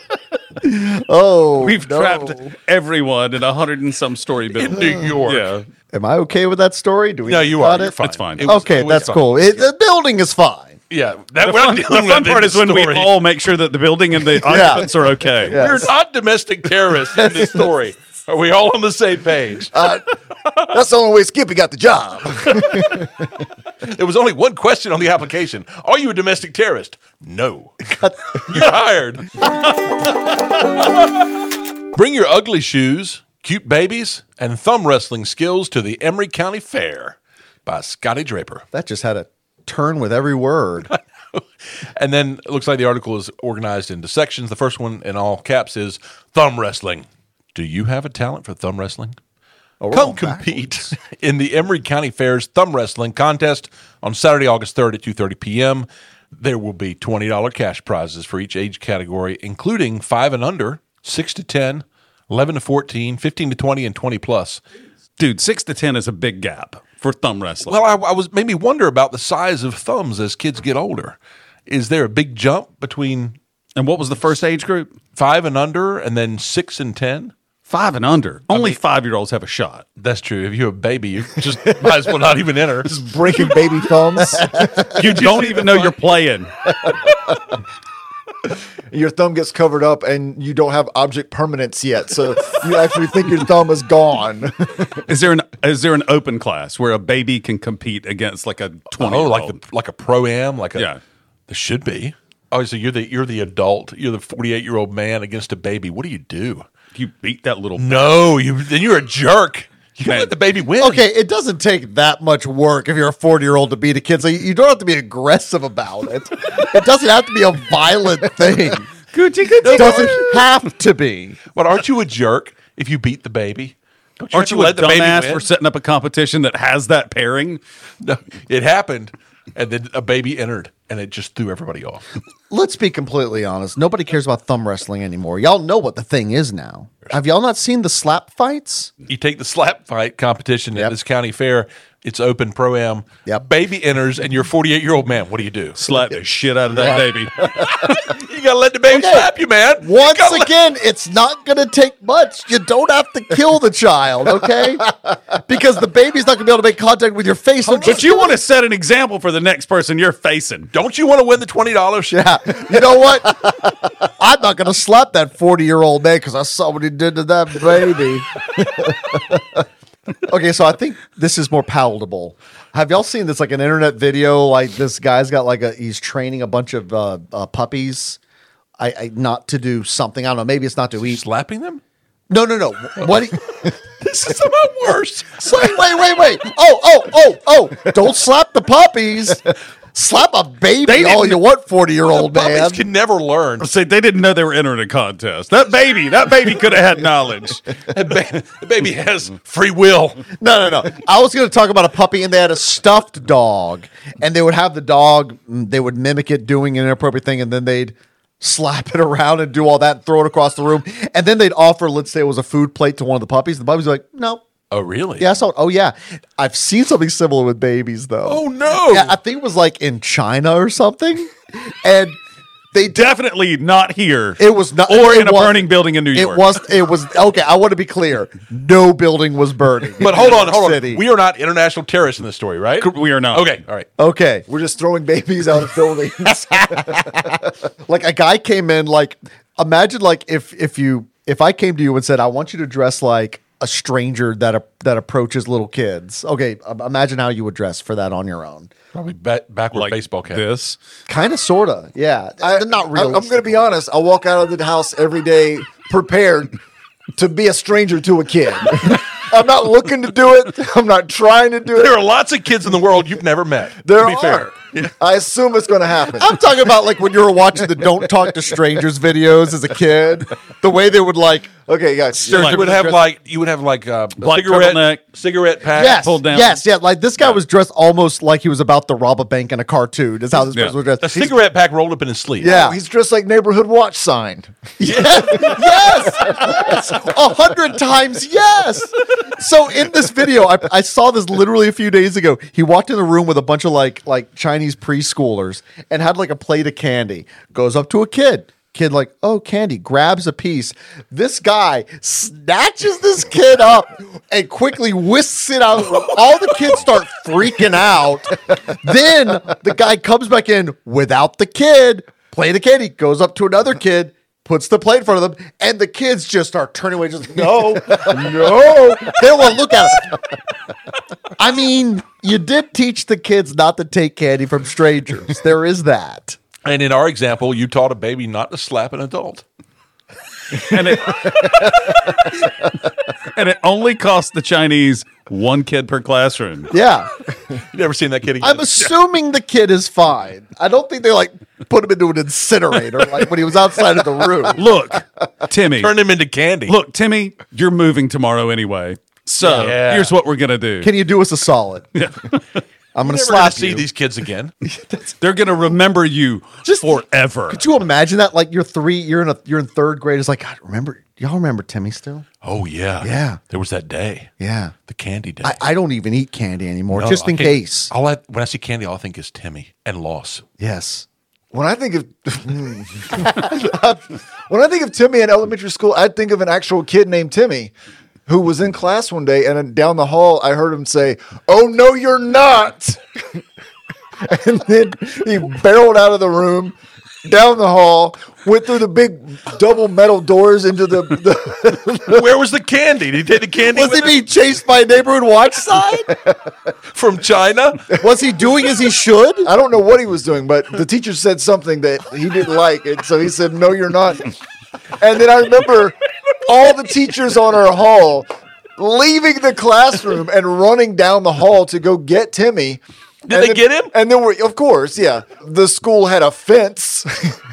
Oh we've no. trapped everyone in a hundred and some story building. New York. Yeah, Am I okay with that story? Do we No, you got are. You're it? fine. It's fine. It was- okay, it was that's fine. cool. It, the building is *laughs* fine. Yeah, that the we're fun, not dealing the fun with part this is when we story. all make sure that the building and the occupants are okay. Yeah. We're not domestic terrorists in *laughs* this story. Are we all on the same page? Uh, that's the only way Skippy got the job. There was only one question on the application. Are you a domestic terrorist? No. *laughs* You're hired. *laughs* Bring your ugly shoes, cute babies, and thumb wrestling skills to the Emory County Fair by Scotty Draper. That just had a turn with every word. And then it looks like the article is organized into sections. The first one in all caps is thumb wrestling. Do you have a talent for thumb wrestling? Oh, we're Come going back. compete *laughs* in the Emory County Fair's thumb wrestling contest on Saturday, August 3rd at 2:30 p.m. There will be $20 cash prizes for each age category, including 5 and under, 6 to 10, 11 to 14, 15 to 20 and 20 plus. dude, six to ten is a big gap for thumb wrestling. Well, I, I was made me wonder about the size of thumbs as kids get older. Is there a big jump between and what was the first age group? five and under and then six and ten. Five and under. Only five year olds have a shot. That's true. If you're a baby, you *laughs* just might as well not even enter. Breaking baby *laughs* thumbs. You don't even know you're playing. Your thumb gets covered up, and you don't have object permanence yet, so you actually think your thumb is gone. Is there an is there an open class where a baby can compete against like a twenty? Oh, like the, like a pro am, like a Yeah. There should be. Oh, so you're the you're the adult. You're the 48 year old man against a baby. What do you do? you beat that little. No, you then you're a jerk. You can't Man. let the baby win. okay, it doesn't take that much work if you're a 40 year old to beat a kid. So you- you don't have to be aggressive about it. It doesn't have to be a violent thing. It doesn't have to be. but aren't you a jerk if you beat the baby? Don't Aren't have to you a dumbass win? *laughs* for setting up a competition that has that pairing? No, it happened, and then a baby entered, and it just threw everybody off. Let's be completely honest. Nobody cares about thumb wrestling anymore. Y'all know what the thing is now. Have y'all not seen the slap fights? You take the slap fight competition at Yep. this county fair. It's open pro am. Yep. Baby enters, and you're 48 year old man. What do you do? Slap the shit out of that baby. You gotta let the baby slap you, man. You Once gotta let- again, it's not going to take much. You don't have to kill the child, okay? Because the baby's not going to be able to make contact with your face. So But just you want to set an example for the next person you're facing. don't you want to win the twenty dollars? Yeah. Yeah. You know what? I'm not going to slap that 40 year old man because I saw what he did to that baby. *laughs* okay, so I think this is more palatable. Have y'all seen this like an internet video? Like this guy's got like a he's training a bunch of uh, uh, puppies. I, I not to do something. I don't know. Maybe it's not to eat. Slapping them? No, no, no. What? He, *laughs* This is *laughs* about worse. wait, wait, wait, wait. Oh, oh, oh, oh! Don't slap the puppies. Slap a baby all you want, forty year old man. Puppies can never learn. Say they didn't know they were entering a contest. That baby, that baby could have had knowledge. The ba- the baby has free will. No, no, no. I was going to talk about a puppy, and they had a stuffed dog, and they would have the dog. mm, They would mimic it doing an inappropriate thing, and then they'd slap it *laughs* around and do all that, and throw it across the room, and then they'd offer, let's say, it was a food plate to one of the puppies. And the puppies were like, "No, Oh, really? yeah, I saw it. Oh, yeah, I've seen something similar with babies, though. Oh no. yeah, I think it was like in China or *laughs* something, and they did. Definitely not here. It was not, or it in a was- burning building in New It York. was. It was okay. I want to be clear. No building was burning. but hold on, hold on. City. We are not international terrorists in this story, right? We are not. Okay, all right. okay. We're just throwing babies out of buildings. *laughs* like a guy came in like imagine like if if you if I came to you and said I want you to dress like a stranger that a, that approaches little kids. Okay, um, imagine how you would dress for that on your own. Probably ba- backward Like baseball cap. This. Kind of sorta. Yeah. I, not I- real. I'm going to be honest. I walk out of the house every day prepared to be a stranger to a kid. *laughs* I'm not looking to do it. I'm not trying to do There it. are lots of kids in the world you've never met. There to be are. fair. I assume it's going to *laughs* happen. *laughs* I'm talking about like when you were watching the "Don't Talk to Strangers" videos as a kid. The way they would like Okay, yeah. you *laughs* would have like you would have like uh, a Black cigarette, turtleneck. cigarette pack. Yes, pulled down. yes, yeah. Like this guy was dressed almost like he was about to rob a bank in a cartoon. Is how this Yeah. person was dressed. A cigarette pack rolled up in his sleeve. yeah, he's dressed like neighborhood watch sign. *laughs* yes, yes, a hundred times yes. So in this video, I, I saw this literally a few days ago. He walked in the room with a bunch of like like Chinese preschoolers and had like a plate of candy. Goes up to a kid. Kid like, oh, candy, grabs a piece. This guy snatches this kid up and quickly whisks it out. of the room. All the kids start freaking out. Then the guy comes back in without the kid. Plate of candy goes up to another kid, puts the plate in front of them, and the kids just start turning away. Just no, no, they don't want to look at it. I mean, you did teach the kids not to take candy from strangers. There is that. And in our example, you taught a baby not to slap an adult. and it *laughs* and it only cost the Chinese one kid per classroom. Yeah, You never seen that kid again. I'm assuming the kid is fine. I don't think they like put him into an incinerator like when he was outside of the room. Look, Timmy. Turn him into candy. Look, Timmy, you're moving tomorrow anyway. So Yeah. here's what we're gonna do. Can you do us a solid? I'm gonna Never slap gonna see you. these kids *laughs* again. They're gonna remember you Just- forever. Could you imagine that? Like you're three, you're in a you're in third grade. It's like God, remember y'all remember Timmy still? oh yeah, Yeah. There was that day, Yeah. the candy day. I, I don't even eat candy anymore, No, just I in can't- case. All I, when I see candy, all I think is Timmy and *laughs* loss. yes. When I think of *laughs* when I think of Timmy in elementary school, I think of an actual kid named Timmy who was in class one day, and then down the hall, I heard him say, "Oh no, you're not!" *laughs* and then he barreled out of the room, down the hall, went through the big double metal doors into the. the *laughs* Where was the candy? Did he take the candy Was he with him being chased by a neighborhood watch sign? from *laughs* China? Was he doing as he should? I don't know what he was doing, but the teacher said something that he didn't like, and so he said, "No, you're not." And then I remember all the teachers on our hall leaving the classroom and running down the hall to go get Timmy. Did they get him? And then we, of course, yeah. The school had a fence.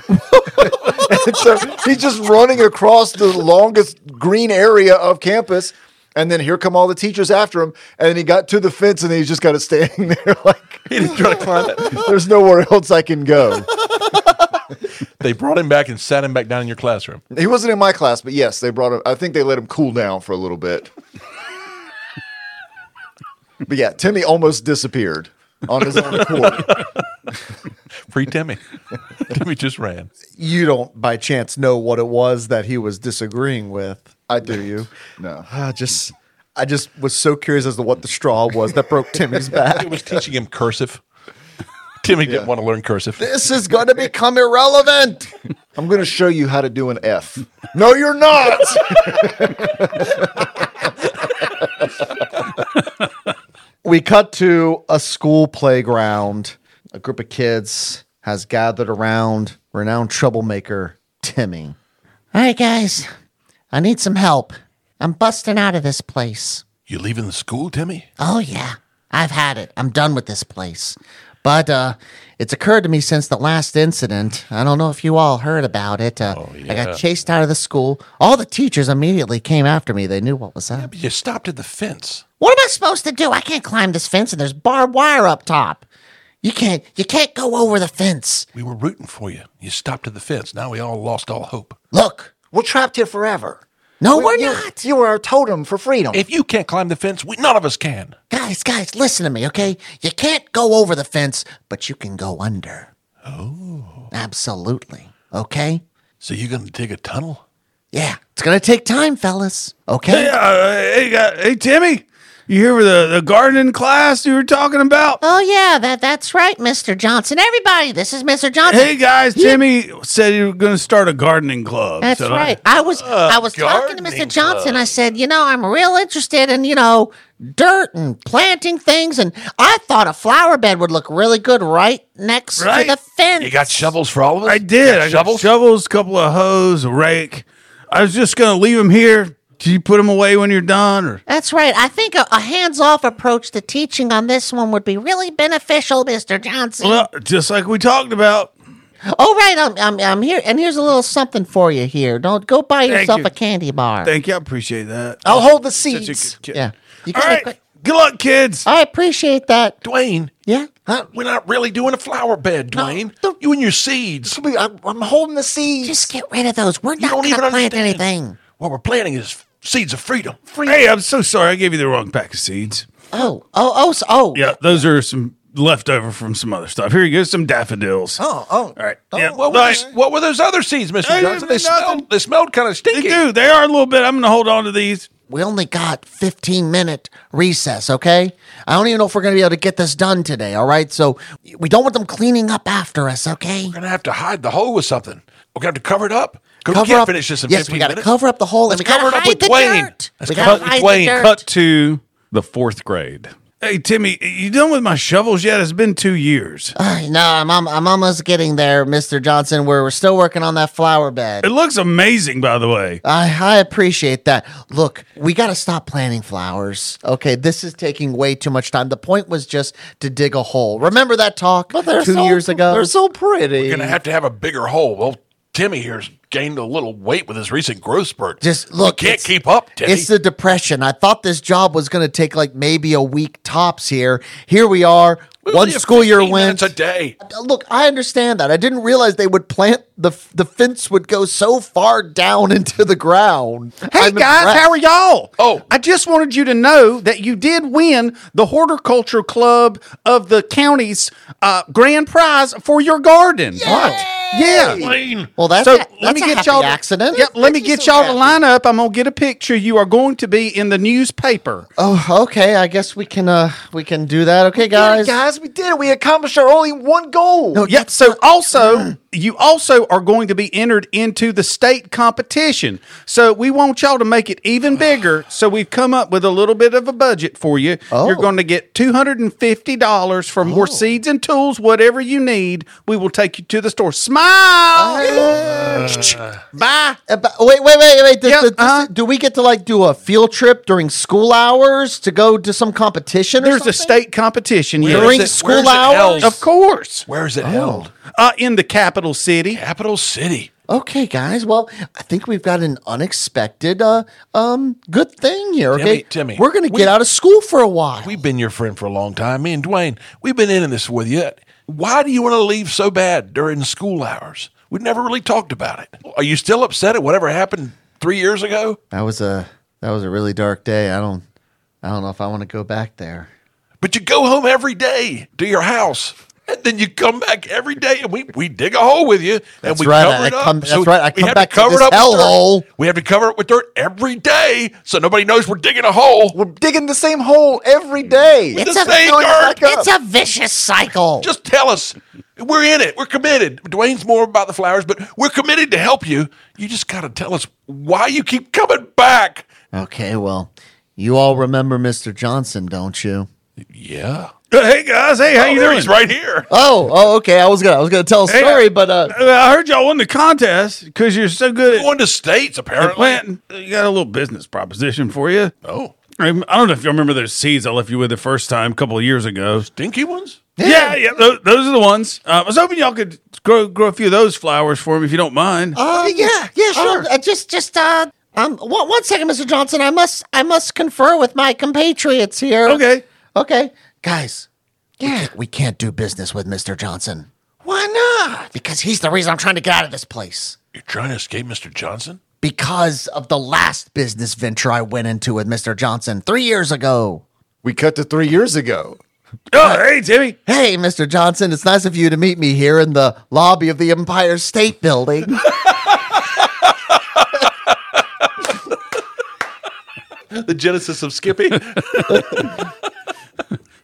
and so he's just running across the longest green area of campus. And then here come all the teachers after him. And then he got to the fence and he's just kind of standing *laughs* there like He didn't try to climb it. there's nowhere else I can go. They brought him back and sat him back down in your classroom. He wasn't in my class, but yes, they brought him. I think they let him cool down for a little bit. but yeah, Timmy almost disappeared on his own accord. *laughs* Free Timmy. Timmy just ran. You don't by chance know what it was that he was disagreeing with. I do you. No. *sighs* I just I just was so curious as to what the straw was that broke Timmy's back. It was teaching him cursive. Timmy didn't want to learn cursive. This is going to become irrelevant. I'm going to show you how to do an *laughs* F. No, you're not. we cut to a school playground. A group of kids has gathered around renowned troublemaker Timmy. All right, guys, I need some help. I'm busting out of this place. You leaving the school, Timmy? Oh, yeah, I've had it. I'm done with this place. But uh, it's occurred to me since the last incident. I don't know if you all heard about it. Uh, I Oh, yeah. got chased out of the school. All the teachers immediately came after me. They knew what was up. You stopped at the fence. *laughs* What am I supposed to do? I can't climb this fence, and there's barbed wire up top. You can't. You can't go over the fence. We were rooting for you. You stopped at the fence. Now we all lost all hope. Look. We're trapped here forever. No, we're you, not. You were our totem for freedom. If you can't climb the fence, we none of us can. Guys, guys, listen to me, okay? You can't go over the fence, but you can go under. Oh. Absolutely. Okay? So you gonna dig a tunnel? Yeah. It's going to take time, fellas. Okay? uh, hey, hey, Timmy, you here for the, the gardening class you were talking about? Oh, yeah, that, that's right, Mr. Johnson. Everybody, this is Mr. Johnson. Hey guys, Timmy said you were going to start a gardening club. That's So I- right. I was I was talking to Mr. gardening Johnson. I said, you know, I'm real interested in you know dirt and planting things, and I thought a flower bed would look really good right next Right. to the fence. You got shovels for all of us? I did. Got I got shovels? shovels, a couple of hoes, a rake. I was just going to leave them here. Do you put them away when you're done? Or That's right. I think a, a hands off approach to teaching on this one would be really beneficial, Mr. Johnson. well, just like we talked about. Oh, right. I'm, I'm, I'm here. And here's a little something for you here. Don't go buy yourself you. a candy bar. Thank you. I appreciate that. I'll hold the Such a seeds. good kid. yeah. You All gotta right. quit- Good luck, kids. I appreciate that. Dwayne, Yeah. we're not really doing a flower bed, Dwayne. don't- you and your seeds. Come here, I'm, I'm holding the seeds. Just get rid of those. We're You not don't going even to plant understand. anything. What we're planting is seeds of freedom. Hey, I'm so sorry. I gave you the wrong pack of seeds. Oh, oh, oh, so, oh. Yeah, those are some leftover from some other stuff. Here you go, some daffodils. oh, oh. All right. yeah, What were, all those, right. what were those other seeds, Mr. Hey, Johnson? They nothing. smelled, they smelled kind of They stinky. do. They are a little bit. I'm going to hold on to these. We only got 15 minute recess, okay? I don't even know if we're going to be able to get this done today, all right? So we don't want them cleaning up after us, okay? We're going to have to hide the hole with something. We're going to have to cover it up. 'Cause Cover we can't up- finish this in yes, 15 we gotta minutes. cover up the hole Let's and we gotta cover it up hide with the Dwayne. dirt. Let's We cover gotta it with hide the Dwayne. dirt. Cut to the fourth grade. Hey, Timmy, you done with my shovels yet? It's been two years. Ay, no, I'm, I'm, I'm almost getting there, Mr. Johnson. We're, we're still working on that flower bed. It looks amazing, by the way. I, I appreciate that. Look, we got to stop planting flowers. Okay, this is taking way too much time. The point was just to dig a hole. Remember that talk two years ago? They're so pretty. We're going to have to have a bigger hole. Well, Timmy here's gained a little weight with his recent growth spurt. Just look, You can't it's- keep up, Timmy. It's the depression. I thought this job was going to take like maybe a week tops here. Here we are. We'll One give school year 15 went. minutes a day. Look, I understand that. I didn't realize they would plant the the fence would go so far down *laughs* into the ground. Hey I'm guys, impressed. how are y'all? Oh. I just wanted you to know that you did win the Horticulture Club of the county's uh, grand prize for your garden. What? Yeah. Clean. Well, that's So a, that's let me a get happy y'all accident. Yep, let me get y'all to line up. I'm gonna get a picture. You are going to be in the newspaper. Oh, okay. I guess we can uh we can do that. Okay, guys. Guys, we did it. We accomplished our only one goal. No, Yep. So *clears throat* also, you also are going to be entered into the state competition. So we want y'all to make it even *sighs* bigger. So we've come up with a little bit of a budget for you. Oh. You're going to get two hundred and fifty dollars for more seeds and tools, whatever you need. We will take you to the store. Oh. Smile. Bye. Uh, but- wait, wait, wait, wait. This, Yep, this- this- uh-huh. Do we get to like do a field trip during school hours to go to some competition? Or There's something? a state competition. Where yes. is During it- school where is it hours? held? Of course. Where Oh. is it held? Uh, in the capital city. Uh, Capital City. Okay, guys. Well, I think we've got an unexpected uh um good thing here. Timmy, Okay, Timmy, we're gonna we- get out of school for a while. We've been your friend for a long time. Me and Dwayne, we've been in this with you. Why do you want to leave so bad during school hours? We never really talked about it. Are you still upset at whatever happened three years ago? That was a that was a really dark day. I don't I don't know if I want to go back there. But you go home every day to your house. And then you come back every day, and we, we dig a hole with you, and That's we right, cover I it up. come- that's right, I we come have back to cover it this up with dirt. hellhole. We have to cover it with dirt every day, so nobody knows we're digging a hole. We're digging the same hole every day. It's a- same dirt. It's a vicious cycle. Just tell us. We're in it. We're committed. Dwayne's more about the flowers, but we're committed to help you. You just got to tell us why you keep coming back. okay, well, you all remember Mr. Johnson, don't you? Uh, Yeah. Hey guys, hey, how Oh, you there doing? he's right here. Oh, oh, okay. I was gonna I was gonna tell a Hey, story, but uh, Uh, I heard y'all won the contest because you're so good at Going to states, at apparently. planting. You got a little business proposition for you. Oh, Um, I don't know if y'all remember those seeds I left you with the first time a couple of years ago. stinky ones? Yeah, yeah, tho- those are the ones. Uh, I was hoping y'all could grow grow a few of those flowers for me if you don't mind. um, yeah, yeah, um, sure. uh, just just uh um one, one second, Mr. Johnson. I must I must confer with my compatriots here. okay. Okay. Guys. Yeah. We can't, we can't do business with Mr. Johnson. Why not? Because he's the reason I'm trying to get out of this place. You're trying to escape Mr. Johnson? because of the last business venture I went into with Mr. Johnson three years ago. We cut to three years ago. Oh, hey Timmy. Hey, Mr. Johnson, it's nice of you to meet me here in the lobby of the Empire State Building. The genesis of *laughs* Skippy? I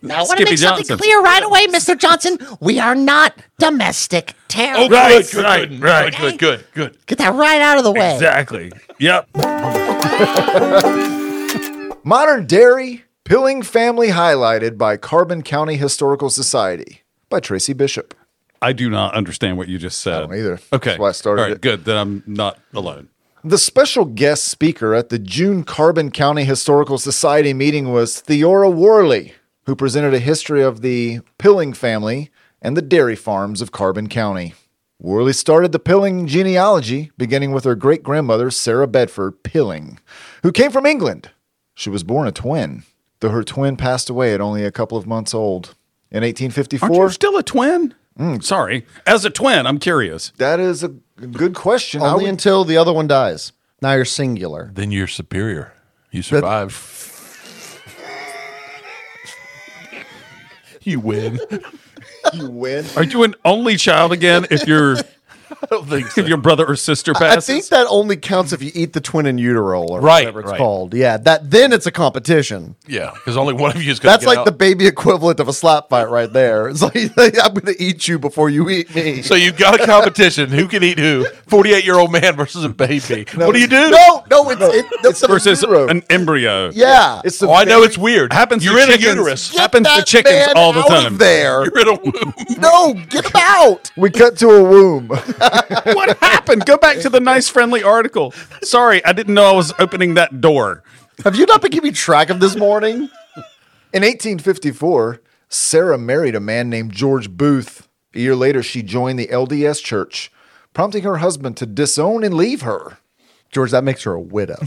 want to Skippy make something Johnson. clear right away, Mr. Johnson. We are not domestic terrorists. Right, good, right, good, right. good, good, good. Get that right out of the way. Exactly. Yep. Modern Dairy Pilling Family Highlighted by Carbon County Historical Society by Tracy Bishop. I do not understand what you just said. I don't either. Okay. Oh, That's why I started All right, it. good. Then I'm not alone. The special guest speaker at the June Carbon County Historical Society meeting was Theora Worley, who presented a history of the Pilling family and the dairy farms of Carbon County. Worley started the Pilling genealogy, beginning with her great grandmother, Sarah Bedford Pilling, who came from England. She was born a twin, though her twin passed away at only a couple of months old. In Aren't you 1854, still a twin? Sorry. As a twin, I'm curious. that is a good question. I Only would- until the other one dies. Now you're singular. Then you're superior. You *laughs* survived. you win. *laughs* you win. Are you an only child again if you if your brother or sister I passes? think that only counts if you eat the twin in utero or Right, whatever it's right. called. Yeah, that then it's a competition. Yeah, because only one of you is going That's to like the baby equivalent of a slap fight right there. It's like *laughs* I'm going to eat you before you eat me. So you've got a competition. who can eat who? 48 year old man versus a *laughs* baby. what do you do? No, no, it's it, that's the- versus zero. an embryo. yeah. It's the Oh, I know very- it's weird. Happens You're to in chickens. a uterus. *laughs* Get happens to that chickens man all the out of time. there. You're in a womb. No, get him out. We cut to a womb. *laughs* what happened? Go back to the nice, friendly article. Sorry, I didn't know I was opening that door. Have you not been keeping track of this morning? In 1854, Sarah married a man named George Booth. A year later, she joined the LDS Church, prompting her husband to disown and leave her. George, that makes her a widow.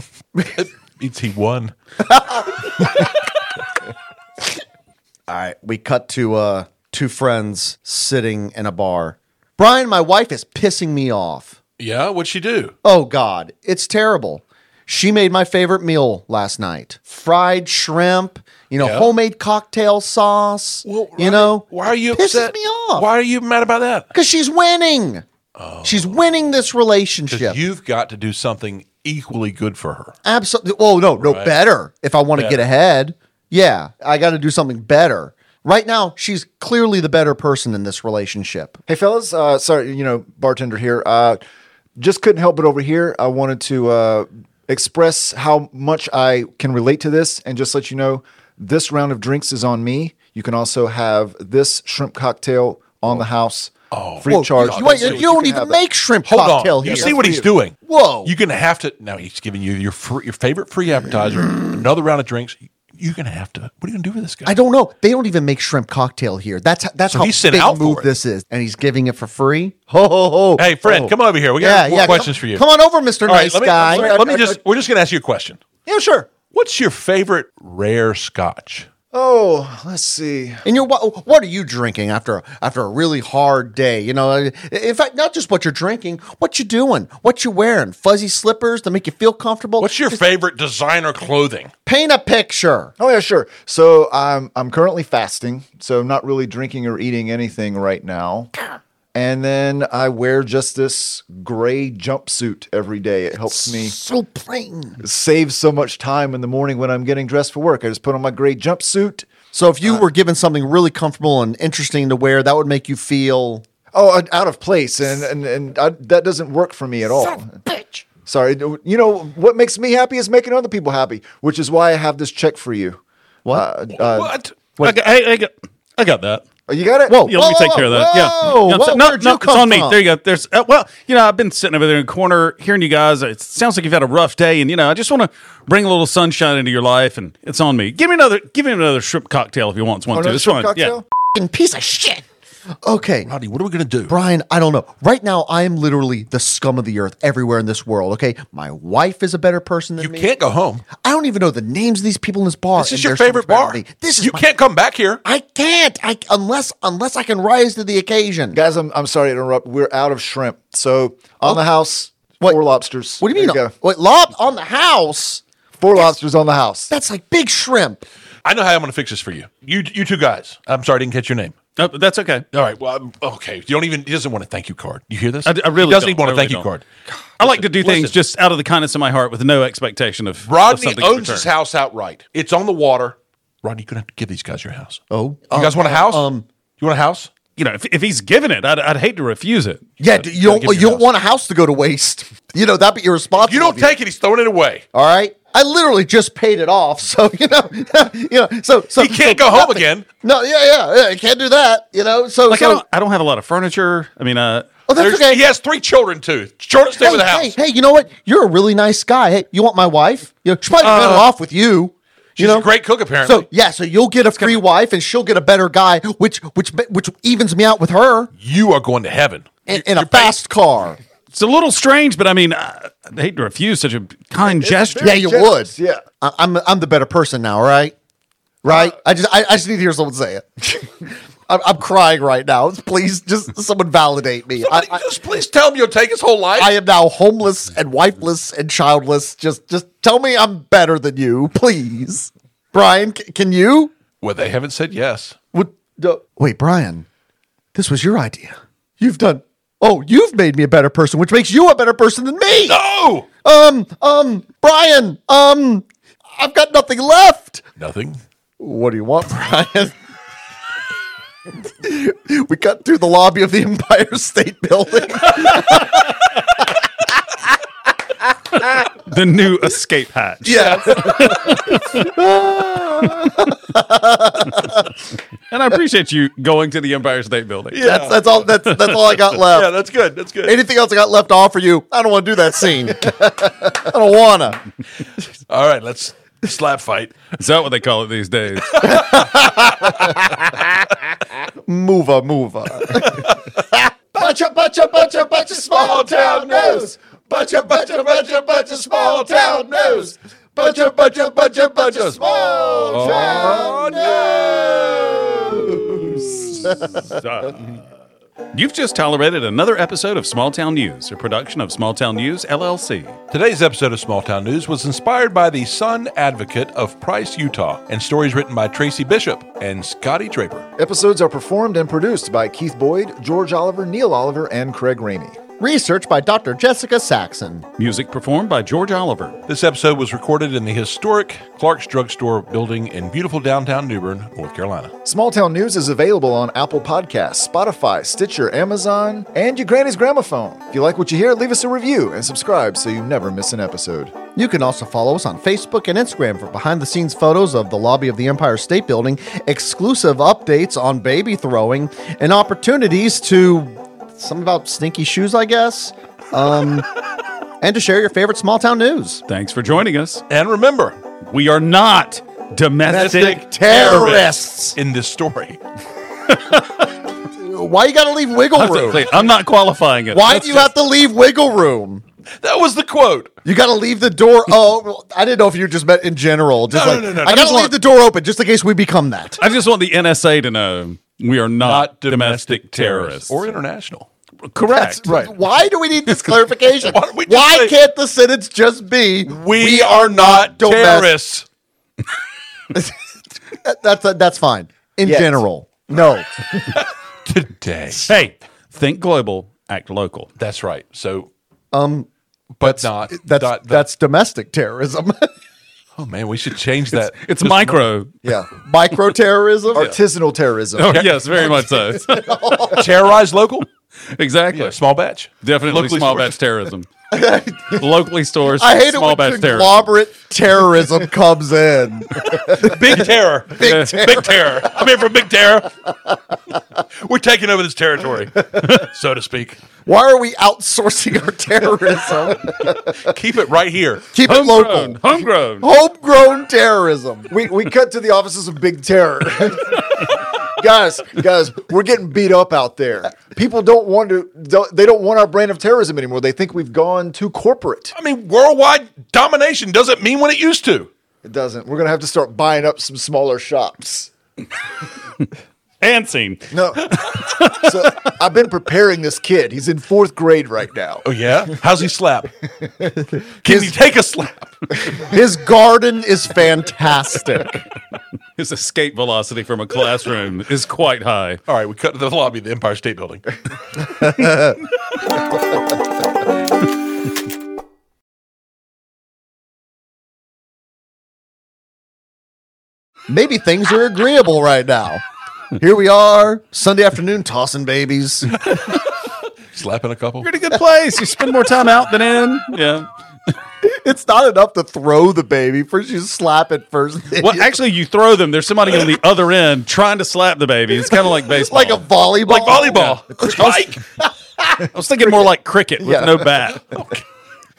Means he won. *laughs* All right, we cut to uh, two friends sitting in a bar. Brian, my wife is pissing me off. Yeah, what'd she do? Oh God, it's terrible. She made my favorite meal last night: fried shrimp. You know, Yeah. homemade cocktail sauce. you know, why are you pisses upset? me off? Why Oh. are you mad about that? Because she's winning. She's winning this relationship. You've got to do something equally good for her. Absolutely. Oh no, no better. If I want to get Better. ahead, yeah, I got to do something better. Right now, she's clearly the better person in this relationship. Hey, fellas, uh, sorry, you know, bartender here. Uh, just couldn't help it over here. I wanted to uh, express how much I can relate to this and just let you know this round of drinks is on me. You can also have this shrimp cocktail on the house. Oh, free Whoa, of charge. You, wait, So you can don't have even that. make shrimp Hold cocktail on. here. You see what he's doing. Whoa. You're going to have to. Now he's giving you your free, your favorite free appetizer, another round of drinks. You're going to have to. What are you going to do with this guy? I don't know. They don't even make shrimp cocktail here. That's that's So how he sent big out for move it. this is, and he's giving it for free. Ho ho ho! Oh. Hey, friend, come over here. We got more questions come, for you. Come on over, Mister Nice let me, Guy. Let me, let me just. We're just going to ask you a question. yeah, sure. What's your favorite rare Scotch? Oh, let's see. And you're what, what are you drinking after after a really hard day? You know, in fact, not just what you're drinking, what you doing, what you wearing, fuzzy slippers to make you feel comfortable. What's your Just favorite designer clothing? paint a picture? Oh yeah, sure. So I'm I'm currently fasting, so I'm not really drinking or eating anything right now. And then I wear just this gray jumpsuit every day. It helps me So plain. save so much time in the morning when I'm getting dressed for work. I just put on my gray jumpsuit. Uh, So if you were given something really comfortable and interesting to wear, that would make you feel Oh, and out of place, and and and I, that doesn't work for me at Oh. all. Bitch. Sorry. You know what makes me happy is making other people happy, which is why I have this check for you. What? Uh, uh, what? I, got, I, I, got, I got that. You got it. Whoa. Yeah, let me Oh, Whoa, take whoa, care of that. Yeah. whoa, You know what I'm whoa, saying? no, where'd no, you it's come on me. from? There you go. There's uh, well, you know, I've been sitting over there in the corner hearing you guys. It sounds like you've had a rough day, and you know, I just want to bring a little sunshine into your life, and it's on me. Give me another, give me another shrimp cocktail if you want Oh, one too. another This shrimp one, cocktail? Fucking piece of shit. okay. Rodney, what are we going to do? Brian, I don't know. Right now, I am literally the scum of the earth everywhere in this world. Okay, my wife is a better person than you me. can't go home. I don't even know the names of these people in this bar. This and is your they're so much favorite better bar. than me. This is you my- can't come back here. I can't. I unless unless I can rise to the occasion. Guys, I'm, I'm sorry to interrupt. We're out of shrimp. So on the house, What? four lobsters. what do you mean? uh, There go. Wait, lob on the house. Four lobsters on the house. That's like big shrimp. I know how I'm going to fix this for you. You, you two guys. I'm sorry, I didn't catch your name. Yeah. Oh, that's okay. All right. Well, I'm, okay. You don't even. He doesn't want a thank you card. You hear this? I, I really he doesn't don't. even want I a really thank you don't. card. I like to do things listen. just out of the kindness of my heart with no expectation of of Rodney something in owns return. his house outright. It's on the water. Rodney, you're going to have to give these guys your house. Oh, you guys want a house? Um, you want a house? You know, if, if he's given it, I'd, I'd hate to refuse it. Yeah, d- you don't give your you don't house. want a house to go to waste. *laughs* You know that'd be irresponsible. You don't of take it. He's throwing it away. *laughs* All right. I literally just paid it off, *laughs* so you know, you know, so so He can't so go home nothing. again. No, yeah, yeah, yeah, you can't do that, you know. So, Like I so don't, I don't have a lot of furniture. I mean, uh, oh, that's There's- okay. He has three children too. Children stay hey, with the hey, house. hey, you know what? You're a really nice guy. Hey, you want my wife? You know, she's probably better off with you. Uh-huh. She's a great cook, apparently. So yeah, so you'll get a free wife, and she'll get a better guy, which which which evens me out with her you are going to heaven. in, in a fast car. It's a little strange, but I mean, I I hate to refuse such a kind gesture. Yeah, you generous, would. yeah. I, I'm I'm the better person now, right? Right. Uh, I just I, I just need to hear someone say it. *laughs* I'm, I'm crying right now. Please, just someone validate me. I, Somebody I, just please tell him you'll take his whole life. I am now homeless and wifeless and childless. Just just tell me I'm better than you, please. Brian, c- can you? well, they haven't said yes. What, the- wait, Brian, this was your idea. You've done. Oh, you've made me a better person, which makes you a better person than me. No, Um, um, Brian, um, I've got nothing left. nothing. What do you want, *laughs* Brian? we cut through the lobby of the Empire State Building. The new *laughs* escape hatch. yes. And I appreciate you going to the Empire State Building. That's that's all that's that's all I got left. Yeah, that's good. That's good. Anything else I got left to offer you? I don't want to do that scene. I don't wanna. All right, let's slap fight. Is that what they call it these days? Move a move Buncha, buncha, buncha, buncha small town news. Buncha, buncha, buncha, buncha small town news. Buncha, buncha, buncha, buncha Oh, small town news. You've just tolerated another episode of Small Town News, a production of Small Town News LLC. Today's episode of Small Town News was inspired by the Sun Advocate of Price, Utah, and stories written by Tracy Bishop and Scotty Draper. Episodes are performed and produced by Keith Boyd, George Oliver, Neil Oliver, and Craig Ramey. Research by Dr. Jessica Saxon. Music performed by George Oliver. This episode was recorded in the historic Clark's Drugstore building in beautiful downtown New Bern, North Carolina. Small Town News is available on Apple Podcasts, Spotify, Stitcher, Amazon, and your granny's gramophone. If you like what you hear, leave us a review and subscribe so you never miss an episode. You can also follow us on Facebook and Instagram for behind the scenes photos of the lobby of the Empire State Building, exclusive updates on baby throwing, and opportunities to something about stinky shoes, I guess. *laughs* Um, and to share your favorite small town news. Thanks for joining us. And remember, We are not domestic Terrorists. in this story, *laughs* Why you gotta leave wiggle room? Wait, I'm not qualifying it. Why do you have to leave wiggle room? that was the quote. You got to leave the *laughs* door. Oh, well, I didn't know if you just meant in general. Just No, like, no, no, no. I I got just to leave the door open just in case we become that. I just want the NSA to know we are not, Not domestic, terrorists. or international. correct. Right. Why do we need *laughs* this clarification? Why don't we just Why say- can't the sentence just be We, are not domestic- terrorists. that- uh, that's that's fine in Yes. general? No, Today. Hey, think global, act local. That's right. So, um, but not *laughs* that's not- that's domestic terrorism. *laughs* Oh man, we should change that. It's micro. yeah, micro terrorism. Artisanal terrorism. Oh, yes, very much so. terrorize local. *laughs* exactly. Yeah, small batch. Definitely Locally small sourced. batch terrorism. *laughs* Locally sourced I hate small it when batch *laughs* terrorism. conglomerate *laughs* terrorism comes in. Big terror. Big terror. Big terror. I'm here for big terror. *laughs* We're taking over this territory, *laughs* so to speak. Why are we outsourcing *laughs* our terrorism? Keep it right here. Keep it local. Homegrown. Homegrown. Homegrown terrorism. we, we cut to the offices of Big Terror. *laughs* guys, guys, we're getting beat up out there. People don't want to. Don't, they don't want our brand of terrorism anymore. They think we've gone too corporate. I mean, worldwide domination doesn't mean what it used to. It doesn't. We're gonna have to start buying up some smaller shops. And scene. No. so I've been preparing this kid. He's in fourth grade right now. Oh yeah. How's he slap? Can he take a slap? His garden is fantastic. His escape velocity from *laughs* a classroom is quite high. All right, we cut to the lobby of the Empire State Building. Maybe things are agreeable right now. Here we are, Sunday afternoon, tossing babies. Slapping a couple. You're in a good place. You spend more time out than in. Yeah. It's not enough to throw the baby. First, you slap it first. *laughs* then Well, you- actually, you throw them. There's somebody on the other end trying to slap the baby. It's kind of like *laughs* baseball. like a volleyball. Like volleyball. Spike. I was thinking more like cricket with *laughs* no bat.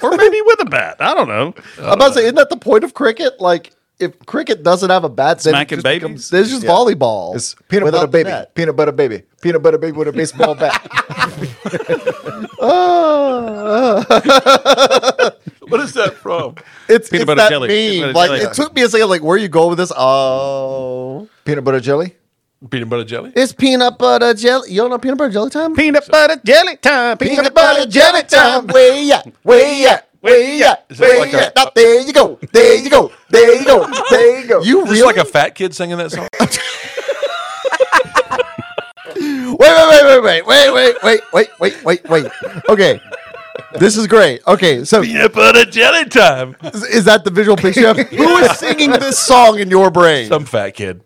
or maybe with a bat. I don't know. I'm about to say, isn't that the point of cricket? Like, if cricket doesn't have a bat, then Smacking it just babies? becomes- there's just volleyball. It's peanut without butter the baby, net. peanut butter baby, peanut butter baby with a baseball bat. What is that *laughs* from? *laughs* It's Peanut it's butter that jelly. meme. Peanut butter Like jelly. it took me a second. Like where you going with this? Oh, peanut butter jelly. Peanut butter jelly. it's peanut butter jelly. You don't know peanut butter jelly time? Peanut butter jelly time. Peanut, butter jelly time. Where you at? Where you at? Where you at? Is it Where like you a- at? Now, there you go. There you go. There you go. There you go. You Is this really? like a fat kid singing that *laughs* song? Wait, wait, wait, wait, wait, wait, wait, wait, wait, wait, wait, wait. Okay. This is great. Okay, so is, peanut butter jelly time. is that the visual *laughs* picture? of- Who is singing this song in your brain? Some fat *laughs* kid.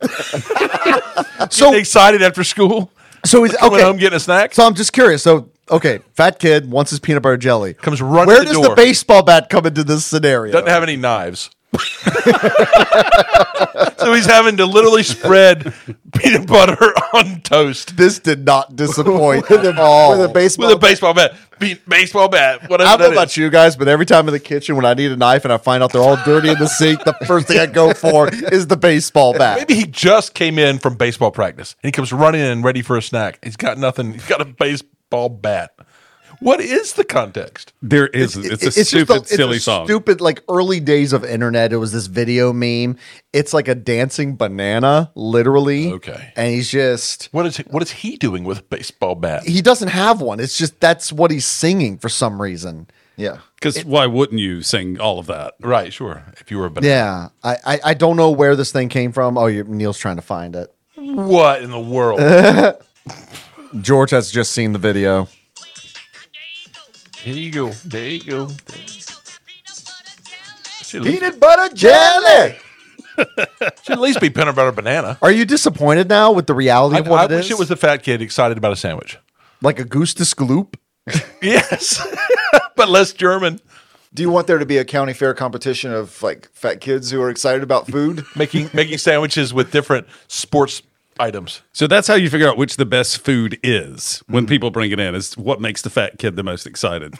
So, excited after school. so is Coming okay. home getting a snack. So I'm just curious. So okay, fat kid wants his peanut butter jelly. Comes running Where to the does door. the baseball bat come into this scenario? Doesn't have any knives. *laughs* so he's having to literally spread *laughs* peanut butter on toast this did not *laughs* disappoint With a, at all. with a baseball. with a baseball bat. Be- baseball bat. Whatever I don't know that about is. you guys, but every time in the kitchen when I need a knife and I find out they're all dirty in the sink, the first thing I go for is the baseball bat. Maybe he just came in from baseball practice and he comes running in ready for a snack. He's got nothing. He's got a baseball bat. What is the context? There is. It's, a just stupid, it's a silly song. Stupid, like early days of internet. It was this video meme. It's like a dancing banana, literally. Okay. and he's just What is what is he doing with a baseball bat? he doesn't have one. It's just that's what he's singing for some reason. yeah. Because why wouldn't you sing all of that? Right, sure. If you were a banana. Yeah, I I, I don't know where this thing came from. Oh, you Neil's trying to find it. What in the world? George has just seen the video. There you go. There you go. Should, Peanut butter jelly. should at least be peanut butter banana. Are you disappointed now with the reality I, of what I it wish is? it was the fat kid excited about a sandwich. like a goose to gloop. Yes, *laughs* but less German. Do you want there to be a county fair competition of like fat kids who are excited about food? Making making sandwiches with different sports items. So that's how you figure out which the best food is when people bring it in. Is what makes the fat kid the most excited.